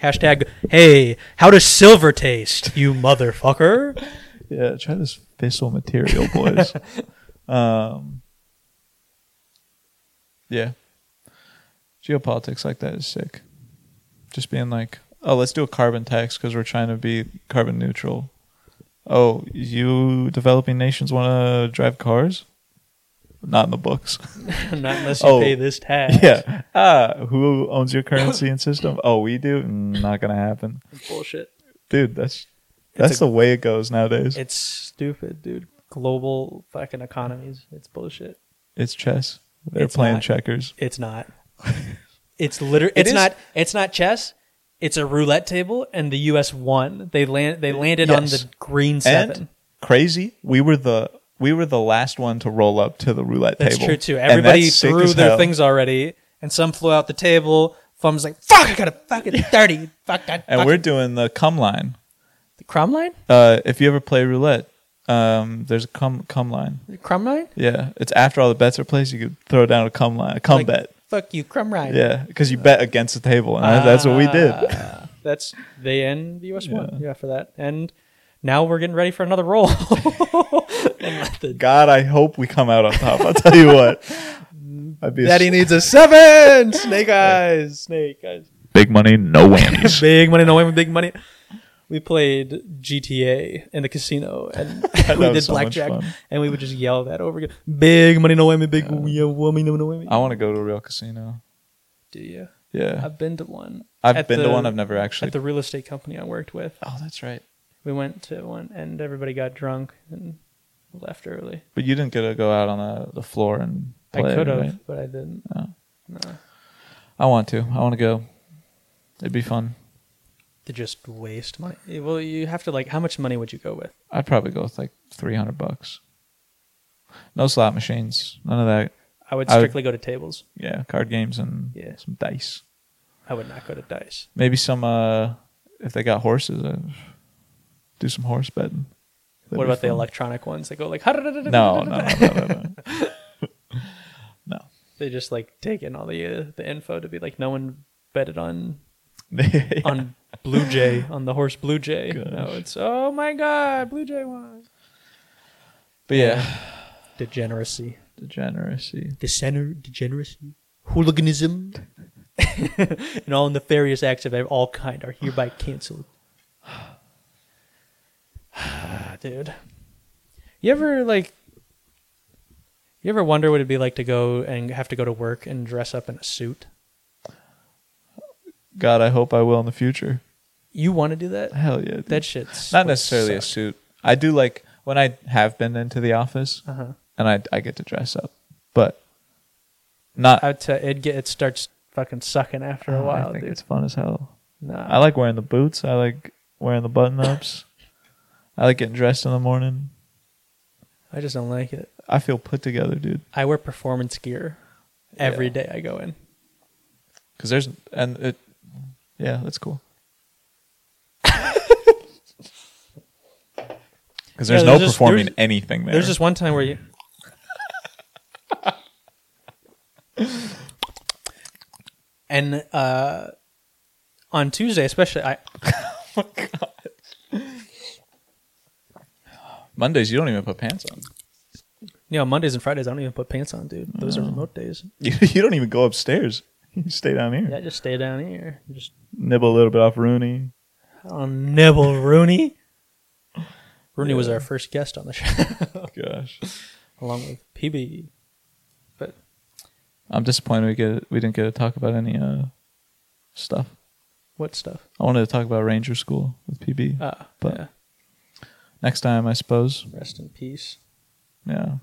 D: Hashtag, hey, how does silver taste, you motherfucker?
E: yeah, try this fissile material, boys. um, yeah, geopolitics like that is sick. Just being like, oh, let's do a carbon tax because we're trying to be carbon neutral. Oh, you developing nations want to drive cars? Not in the books.
D: Not unless you
E: Oh.
D: pay this tax.
E: yeah. Ah, who owns your currency and system? Oh, we do. Mm, Not gonna happen,
D: Bullshit.
E: dude. That's that's
D: a-
E: the way it goes nowadays.
D: It's stupid, dude. Global fucking economies. It's bullshit.
E: It's chess. They're
D: It's
E: playing
D: not.
E: checkers.
D: It's not. It's literally.
E: It
D: It's
E: is-
D: not. It's not chess. It's a roulette table, and the U.S. won. They land. They landed on
E: Yes.
D: the green
E: And
D: seven.
E: crazy, we were the we were the last one to roll up to the roulette
D: that's
E: table.
D: true too.
E: And
D: Everybody
E: that's sick
D: threw
E: as
D: their
E: hell.
D: things already, and some flew out the table. Thumbs like fuck. I got a fucking thirty. Fuck that.
E: And
D: fucking-
E: we're doing the cum line.
D: the crumb line.
E: Uh, if you ever play roulette, um, there's a cum cum line.
D: The crumb line.
E: Yeah, it's after all the bets are placed. You could throw down a cum line, a cum
D: Like,
E: bet.
D: Fuck you, crumb line.
E: Yeah, because you bet against the table, and that- that's what
D: Ah.
E: we did.
D: That's they and the U.S. won. Yeah, for that. And now we're getting ready for another roll. And the
E: God, I hope we come out on top. I'll tell you what. I'd be a
D: Daddy
E: s-
D: needs a seven. Snake eyes. Snake eyes.
E: big money, no whammies.
D: Big money. No way. Big money. We played GTA in the casino, and we
E: was
D: did
E: so much
D: blackjack,
E: fun.
D: and we would just yell that over again. Big money, no whammy. Big yeah, whammy, no no whammy.
E: I want to go to a real casino.
D: Do you?
E: Yeah,
D: I've been to one.
E: I've,
D: At
E: been
D: the-
E: to one. I've never actually.
D: at the real estate company I worked with.
E: oh, that's right.
D: We went to one, and everybody got drunk and left early.
E: But you didn't get to go out on the, the floor and play.
D: I could have,
E: right?
D: but I didn't. No.
E: I want to. I want to go. It'd be fun.
D: To just waste money. Eh, Well, you have to like. How much money would you go with?
E: I'd probably go with like three hundred bucks. No slot machines. None of that.
D: I would
E: I would-
D: strictly go to tables.
E: Yeah, card games and
D: Yeah.
E: some dice.
D: I would not go to dice.
E: Maybe some. uh If they got horses, i do some horse betting. That'd
D: what
E: be
D: about the
E: fun.
D: electronic ones that go like?
E: No, no, no, no, no, no.
D: They just like take in all the uh, the info to be like no one betted on
E: Yeah.
D: on Blue Jay on the horse Blue Jay. No,
E: Gosh.
D: it's oh my god, Blue Jay won.
E: But yeah,
D: Degeneracy.
E: degeneracy.
D: the center degeneracy, hooliganism, and all nefarious acts of all kind are hereby canceled. Dude, you ever like, you ever wonder what it'd be like to go and have to go to work and dress up in a suit?
E: God, I hope I will in the future.
D: You want to do that?
E: Hell yeah. dude.
D: That shit's
E: not
D: would
E: necessarily a
D: suck.
E: suit. I do like when I have been into the office,
D: Uh-huh.
E: and I I get to dress up, but not.
D: I would tell it get it starts fucking sucking after a
E: I
D: while,
E: think
D: dude.
E: it's fun as hell. I
D: Nah,
E: like wearing the boots. I like wearing the button ups. I like getting dressed in the morning.
D: I just don't like it.
E: I feel put together, dude.
D: I wear performance gear every day I go in.
E: Because there's and it, yeah, that's cool. Because there's
D: Yeah,
E: no
D: there's just-
E: performing
D: there's-
E: anything there.
D: There's just one time where you. and uh, on Tuesday, especially, I
E: Mondays you don't even put pants on.
D: you know Mondays and Fridays I don't even put pants on, dude. Those are remote days.
E: You, you don't even go upstairs. You stay down here.
D: Yeah, I just stay down here. Just
E: Nibble a little bit off Rooney.
D: oh, nibble, Rooney. Rooney was our first guest on the show,
E: Gosh,
D: along with PB. But
E: I'm disappointed we get we didn't get to talk about any uh stuff.
D: what stuff?
E: I wanted to talk about Ranger School with PB.
D: Ah,
E: But-
D: yeah.
E: Next time, I suppose.
D: Rest in peace.
E: Yeah.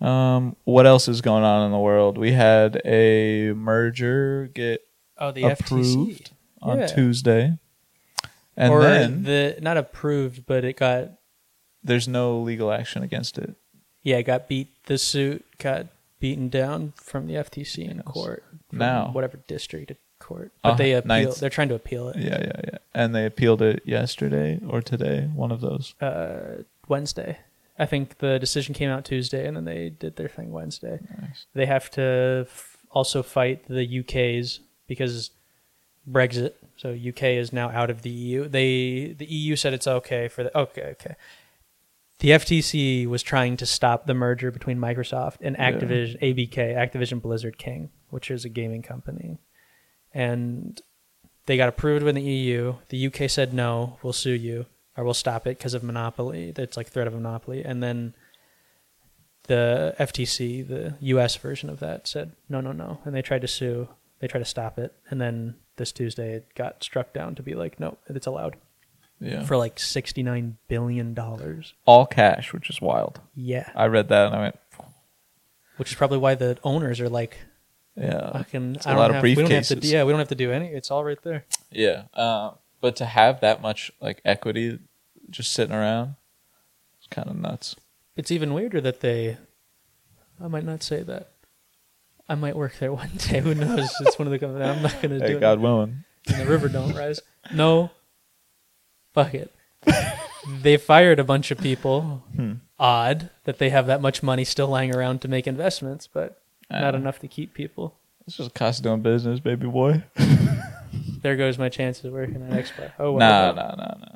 E: Um, what else is going on in the world? We had a merger get
D: Oh, the
E: approved
D: FTC.
E: on
D: Yeah.
E: Tuesday, and
D: or
E: then
D: the not approved, but it got
E: there's no legal action against it.
D: yeah, got beat. The suit got beaten down from the FTC in court. from
E: Now.
D: whatever district to court, but
E: Uh,
D: they appeal.
E: ninth-
D: They're trying to appeal it
E: Yeah, yeah, yeah. And they appealed it yesterday or today, one of those.
D: uh, Wednesday. I think the decision came out Tuesday, and then they did their thing Wednesday. They have to f- also fight the UK's because Brexit. So UK is now out of the EU. They the EU said it's okay for the okay okay. The FTC was trying to stop the merger between Microsoft and Activision ABK Activision Blizzard King, which is a gaming company, and they got approved in the EU. The UK said no, we'll sue you or we'll stop it because of monopoly. That's like threat of monopoly, and then the FTC, the US version of that, said no, no, no, and they tried to sue. They tried to stop it, and then this Tuesday it got struck down to be like, no, it's allowed
E: Yeah.
D: for like sixty nine billion dollars.
E: All cash, which is wild.
D: Yeah,
E: I read that and I went,
D: which is probably why the owners are like,
E: yeah,
D: fucking,
E: uh, It's
D: I
E: a
D: don't
E: lot of
D: have, we don't have to,
E: briefcases.
D: yeah, we don't have to do any. It's all right there.
E: yeah. Uh, but to have that much like equity just sitting around, it's kind of nuts.
D: It's even weirder that they. I might not say that. I might work there one day. Who knows? it's one of the companies. I'm not gonna do
E: Hey,
D: it.
E: God willing.
D: and the river don't rise. No, fuck it. they fired a bunch of people.
E: Hmm.
D: Odd that they have that much money still lying around to make investments, but
E: Uh.
D: not enough to keep people.
E: It's just a cost of doing business, baby boy.
D: There goes my chances of working at Expo. Oh,
E: Nah,
D: well.
E: nah, nah, nah.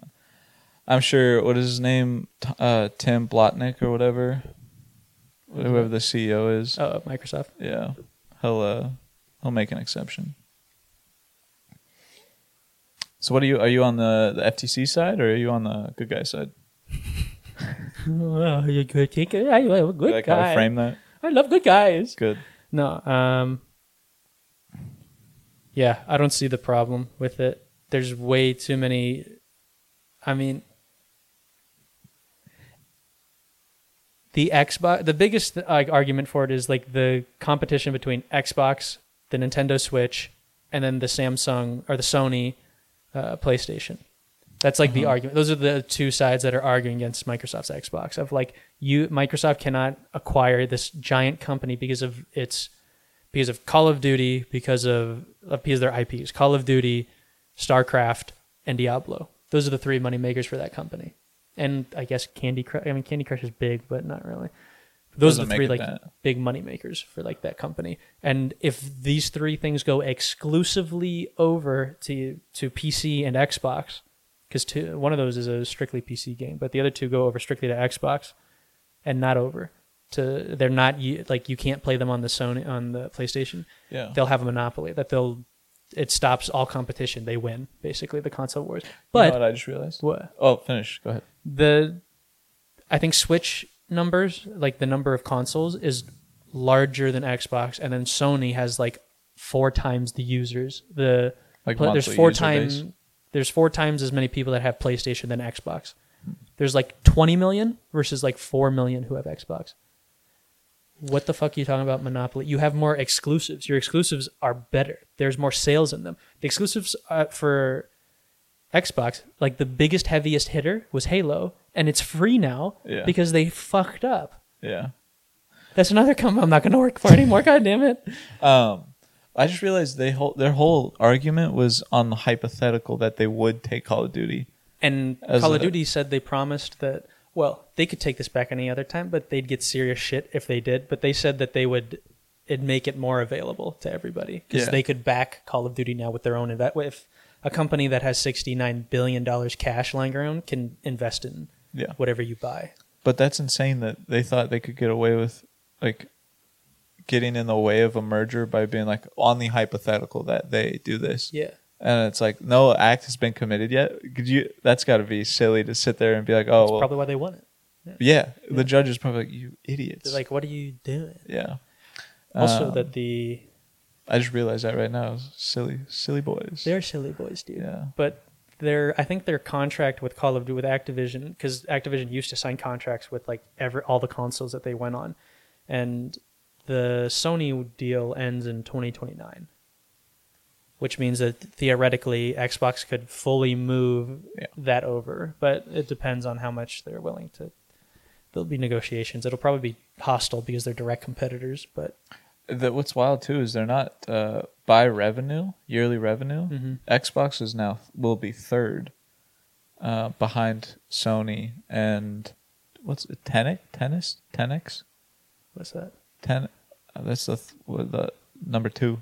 E: I'm sure. What is his name? T- Uh, Tim Blotnick or whatever, whoever the CEO is.
D: Oh, Microsoft.
E: Yeah, he'll uh, he'll make an exception. So, what are you? Are you on the the FTC side or are you on the good guy side?
D: Oh, you're good. guy. You are a
E: You
D: good
E: like how I
D: guy.
E: frame that?
D: I love good guys.
E: Good.
D: No, um Yeah, I don't see the problem with it. There's way too many I mean the Xbox the biggest like argument for it is like the competition between Xbox, the Nintendo Switch, and then the Samsung or the Sony uh, PlayStation. That's like the argument. Those are the two sides that are arguing against Microsoft's Xbox. Of like you, Microsoft cannot acquire this giant company because of its because of Call of Duty, because of of- because of their IPs, Call of Duty, StarCraft, and Diablo. Those are the three money makers for that company. And I guess Candy Crush. I mean, Candy Crush is big, but not really. Those
E: Doesn't
D: are the
E: make
D: three
E: it
D: like
E: that.
D: big money makers for like that company. And if these three things go exclusively over to to PC and Xbox, because two one of those is a strictly PC game, but the other two go over strictly to Xbox, and not over to they're not u- like you can't play them on the Sony on the PlayStation.
E: Yeah.
D: They'll have a monopoly that they'll it stops all competition. They win basically the console wars. But
E: you know what I just realized.
D: what
E: Oh, finish. Go ahead.
D: the I think Switch numbers, like the number of consoles, is larger than Xbox, and then Sony has like four times the users. The
E: Like
D: pla- there's
E: monthly
D: four
E: user
D: times
E: base.
D: there's four times as many people that have PlayStation than Xbox. There's like 20 million versus like 4 million who have Xbox. What the fuck are you talking about monopoly? You have more exclusives. Your exclusives are better. There's more sales in them. The exclusives uh, for Xbox, like the biggest heaviest hitter was Halo, and it's free now
E: Yeah.
D: because they fucked up.
E: Yeah.
D: That's another company I'm not going to work for anymore. God damn it!
E: Um, I just realized they whole their whole argument was on the hypothetical that they would take Call of Duty.
D: And
E: As
D: Call of
E: a-
D: Duty said they promised that well, they could take this back any other time, but they'd get serious shit if they did. But they said that they would it'd make it more available to everybody because
E: Yeah.
D: they could back Call of Duty now with their own invest. If a company that has sixty nine billion dollars cash lying around can invest in
E: Yeah.
D: whatever you buy,
E: But that's insane that they thought they could get away with like getting in the way of a merger by being like on the hypothetical that they do this.
D: yeah.
E: And it's like no act has been committed yet. Could you that's got to be silly to sit there and be like, "Oh, well,
D: Probably why they won it.
E: yeah, The judge is probably like, "You idiots."
D: They're like, what are you doing?
E: yeah.
D: Also,
E: Um,
D: that the
E: I just realized that right now. Silly silly boys.
D: they're silly boys, dude.
E: Yeah.
D: But their I think their contract with Call of Duty with Activision because Activision used to sign contracts with like every all the consoles that they went on, and the Sony deal ends in 2029, which means that theoretically Xbox could fully move
E: Yeah.
D: that over, but it depends on how much they're willing to. There'll be negotiations. It'll probably be hostile because they're direct competitors, but
E: that what's wild too is they're not uh, by revenue, yearly revenue.
D: Mm-hmm.
E: Xbox is now will be third uh, behind Sony and what's it, Tenek? Tennis? Tenex?
D: What's that?
E: Ten? uh, That's the th- what the number two.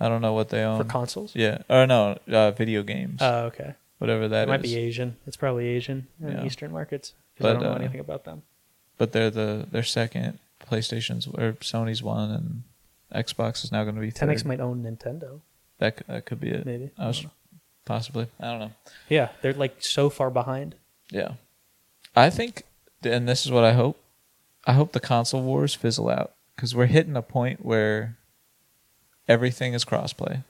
E: I don't know what they own.
D: For consoles?
E: Um, yeah, or no, uh, video games.
D: Oh, okay.
E: whatever that
D: It
E: is.
D: might be Asian. It's probably Asian and
E: Yeah.
D: Eastern markets because
E: But,
D: I don't know
E: uh,
D: anything about them.
E: But they're the they're second. PlayStation's or Sony's one, and Xbox is now going to be
D: 10X
E: third.
D: might own Nintendo.
E: That c- that could be it.
D: Maybe.
E: I was, possibly. I don't know.
D: Yeah, they're like so far behind.
E: Yeah. I think, and this is what I hope. I hope the console wars fizzle out because we're hitting a point where everything is crossplay.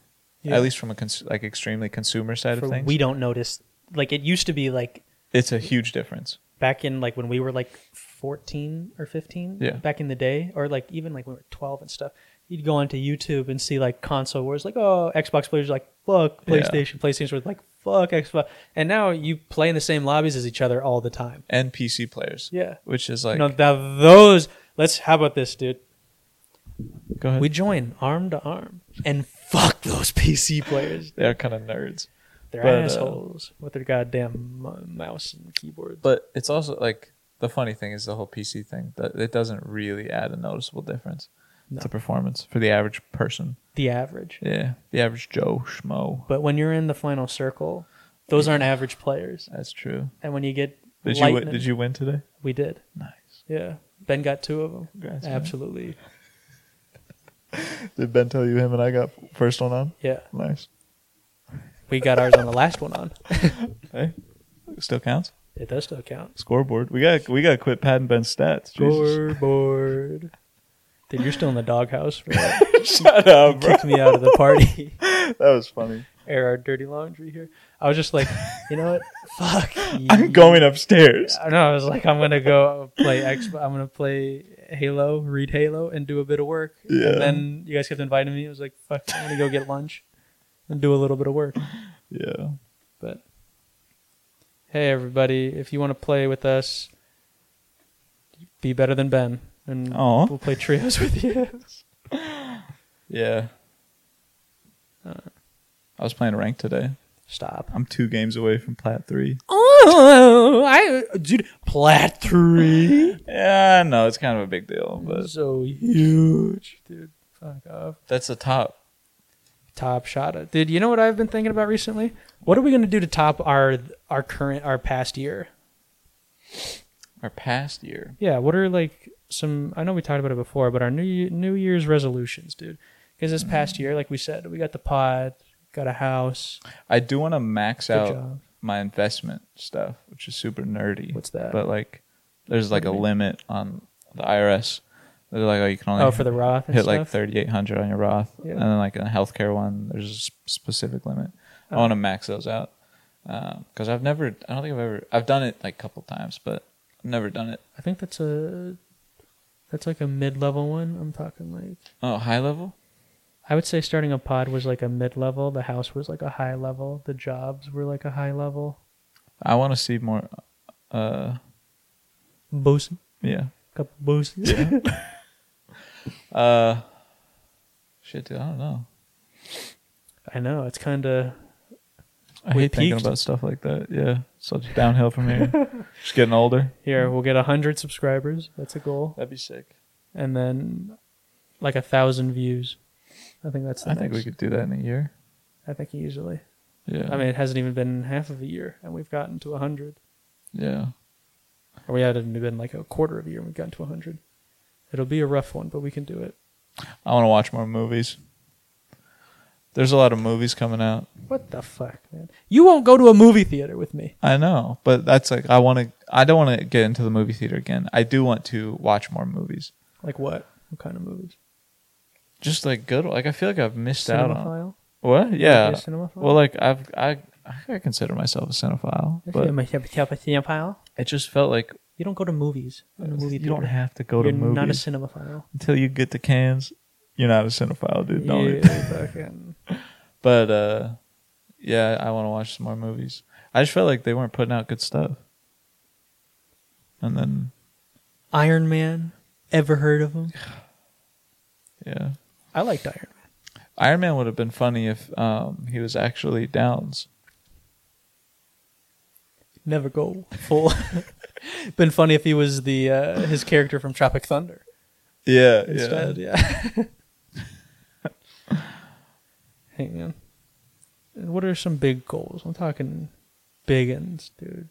D: Yeah.
E: At least from a cons- like extremely consumer side
D: For
E: of things,
D: we don't notice. Like it used to be like
E: it's a huge difference.
D: back in like when we were like 14 or 15
E: Yeah.
D: back in the day or like even like when we were 12 and stuff you'd go onto youtube and see like console wars like oh xbox players are like fuck
E: Yeah.
D: playstation playstation was like fuck xbox and now you play in the same lobbies as each other all the time
E: And PC players,
D: Yeah.
E: which is like
D: no th- those let's how about this dude
E: go ahead.
D: we join arm to arm and fuck those pc players
E: they're kind of nerds.
D: they're
E: But, uh,
D: assholes with their goddamn mu- mouse and keyboard
E: But it's also like the funny thing is the whole PC thing that it doesn't really add a noticeable difference to performance for the average person.
D: the average
E: Yeah, the average Joe schmo.
D: but when you're in the final circle those aren't average players
E: That's true.
D: And when you get
E: Did you
D: lightning,
E: win, did you win today?
D: We did.
E: Nice.
D: Yeah. Ben got two of them.
E: Congrats, man.
D: Absolutely.
E: Did Ben tell you him and I got first one on?
D: Yeah.
E: Nice.
D: We got ours on the last one on.
E: Hey, still counts.
D: It does still count.
E: Scoreboard. We got we got to quit padding Ben's stats. Jesus.
D: Scoreboard. Dude, you're still in the doghouse. For that.
E: Shut up, bro.
D: Kicked me out of the party.
E: That was funny.
D: Air our dirty laundry here. I was just like, you know what? Fuck. you.
E: I'm going upstairs.
D: I know. I was like, I'm gonna go play Xbox. I'm gonna play Halo, read Halo, and do a bit of work.
E: Yeah.
D: And then you guys kept inviting me. I was like, fuck. I'm gonna go get lunch and do a little bit of work.
E: Yeah.
D: But hey, everybody, if you want to play with us, be better than Ben, and
E: Aw.
D: we'll play trios with you.
E: Yeah. Uh. I was playing ranked today.
D: Stop.
E: I'm two games away from plat three.
D: Oh, I dude, plat three
E: Yeah, no, it's kind of a big deal,
D: Mm-hmm.
E: but
D: so huge, dude. Fuck off.
E: that's the top.
D: Top shot, it. dude. You know what I've been thinking about recently? What are we gonna do to top our our current our past year?
E: Our past year.
D: Yeah, what are like some? I know we talked about it before, but our new Ye- New Year's resolutions, dude. Because this past year, like we said, we got the pod, got a house.
E: I do want to max
D: Good
E: out
D: job.
E: my investment stuff, which is super nerdy.
D: What's that?
E: But like, there's like a limit on the IRS. They're like, oh, you can only
D: Oh, for the Roth and
E: hit like
D: stuff?
E: 3,800 on your Roth,
D: Yeah.
E: and then like in a healthcare one, there's a s- specific limit.
D: Oh.
E: I want to max those out because I've never, I don't think I've ever, I've done it like a couple times, but I've never done it.
D: I think that's a that's like a mid level one. I'm talking like
E: Oh, high level.
D: I would say starting a pod was like a mid level. The house was like a high level. The jobs were like a high level.
E: I want to see more. Uh,
D: Boost,
E: yeah.
D: couple boosts.
E: Uh, shit, dude, I don't know.
D: I know it's kind of
E: I
D: We
E: hate thinking
D: peaked.
E: about stuff like that. Yeah, so it's downhill from here. Just getting older.
D: here. We'll get hundred subscribers. That's a goal,
E: That'd be sick.
D: and then like a thousand views. I think that's. The
E: I think
D: next-
E: we could do that in a year.
D: I think easily.
E: Yeah.
D: I mean, it hasn't even been half of a year, and we've gotten to 100.
E: yeah.
D: Or we hadn't been like a quarter of a year, and we've gotten to 100. It'll be a rough one, but we can do it.
E: I want to watch more movies. There's a lot of movies coming out.
D: What the fuck, man? You won't go to a movie theater with me.
E: I know, but that's like I want to. I don't want to get into the movie theater again. I do want to watch more movies.
D: Like what? What kind of movies?
E: Just like good. Like I feel like I've missed out on.
D: Cinephile?
E: What? Yeah.
D: cinephile?
E: Well, like I've I I consider myself a cinephile,
D: If
E: but
D: you're my- if you're a cinephile,
E: it just felt like
D: you don't go to movies in a movie
E: you
D: theater.
E: don't have to go to
D: You're
E: movies.
D: not a cinephile.
E: until you get to Cans, you're not a cinephile, dude. Don't
D: You
E: it?
D: fucking-
E: But uh, yeah, I want to watch some more movies. I just felt like they weren't putting out good stuff. And then
D: Iron Man? Ever heard of him?
E: yeah,
D: I liked Iron Man.
E: Iron Man would have been funny if um, he was actually Downs.
D: Never go full. been funny if he was the uh, his character from Tropic Thunder
E: Yeah,
D: instead.
E: yeah.
D: Yeah. Hang on. What are some big goals? I'm talking big ends, dude.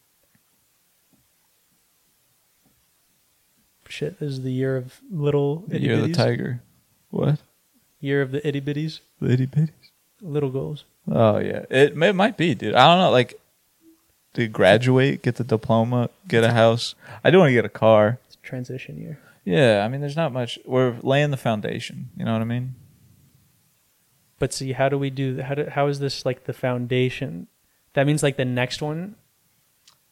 D: Shit, this is the year of little
E: The
D: itty
E: year of the
D: bitties.
E: tiger. What?
D: Year of the itty bitties.
E: The itty bitties.
D: Little goals.
E: Oh yeah, it, it might be, dude. I don't know. Like, to graduate, get the diploma, get a house. I do want to get a car.
D: It's a transition year.
E: Yeah, I mean, there's not much. We're laying the foundation. You know what I mean?
D: But see, how do we do? How do, how is this like the foundation? That means like the next one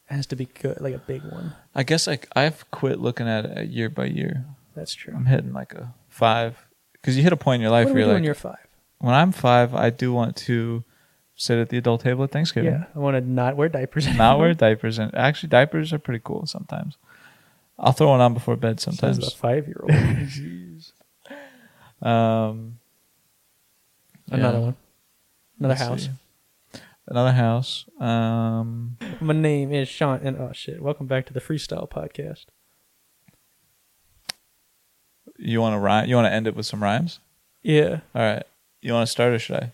D: has to be good, like a big one.
E: I guess like I've quit looking at it at year by year.
D: That's true.
E: I'm hitting like a five because you hit a point in your life
D: what are we
E: where
D: doing?
E: you're like,
D: year five.
E: when I'm five, I do want to sit at the adult table at Thanksgiving.
D: Yeah, I want to not wear diapers.
E: Not
D: anymore.
E: wear diapers, and actually, diapers are pretty cool sometimes. I'll throw one on before bed
D: Says
E: sometimes.
D: the five year old. Jeez.
E: Um,
D: Another
E: yeah.
D: one. Another
E: Let's
D: house.
E: see. Another house. Um,
D: My name is Sean, and oh shit, welcome back to the Freestyle Podcast.
E: you want to rhyme? You want to end it with some rhymes?
D: Yeah,
E: All right. You want to start or should I?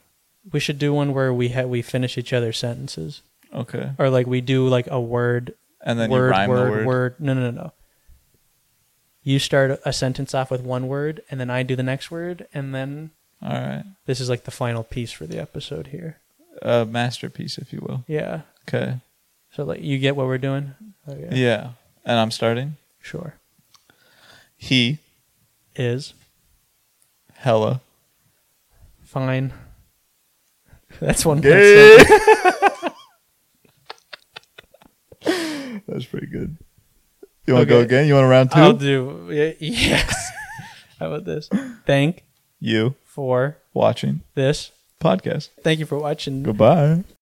D: we should do one where we ha- we finish each other's sentences,
E: Okay.
D: or like we do like a word
E: And then
D: word,
E: you rhyme
D: word,
E: the word.
D: word. No, no, no, no. You start a sentence off with one word, and then I do the next word, and then
E: All right.
D: this is like the final piece for the episode here.
E: A masterpiece, if you will.
D: Yeah.
E: Okay.
D: So like, you get what we're doing? Okay.
E: Yeah. And I'm starting.
D: Sure.
E: He,
D: Is
E: hella.
D: fine. That's one.
E: Gay.
D: point.
E: That's pretty good. You want to go
D: Okay.
E: again? You want a round
D: I'll
E: 2
D: do. yeah, Yes. How about this? Thank
E: you
D: for
E: watching
D: this.
E: podcast.
D: Thank you for watching.
E: Goodbye.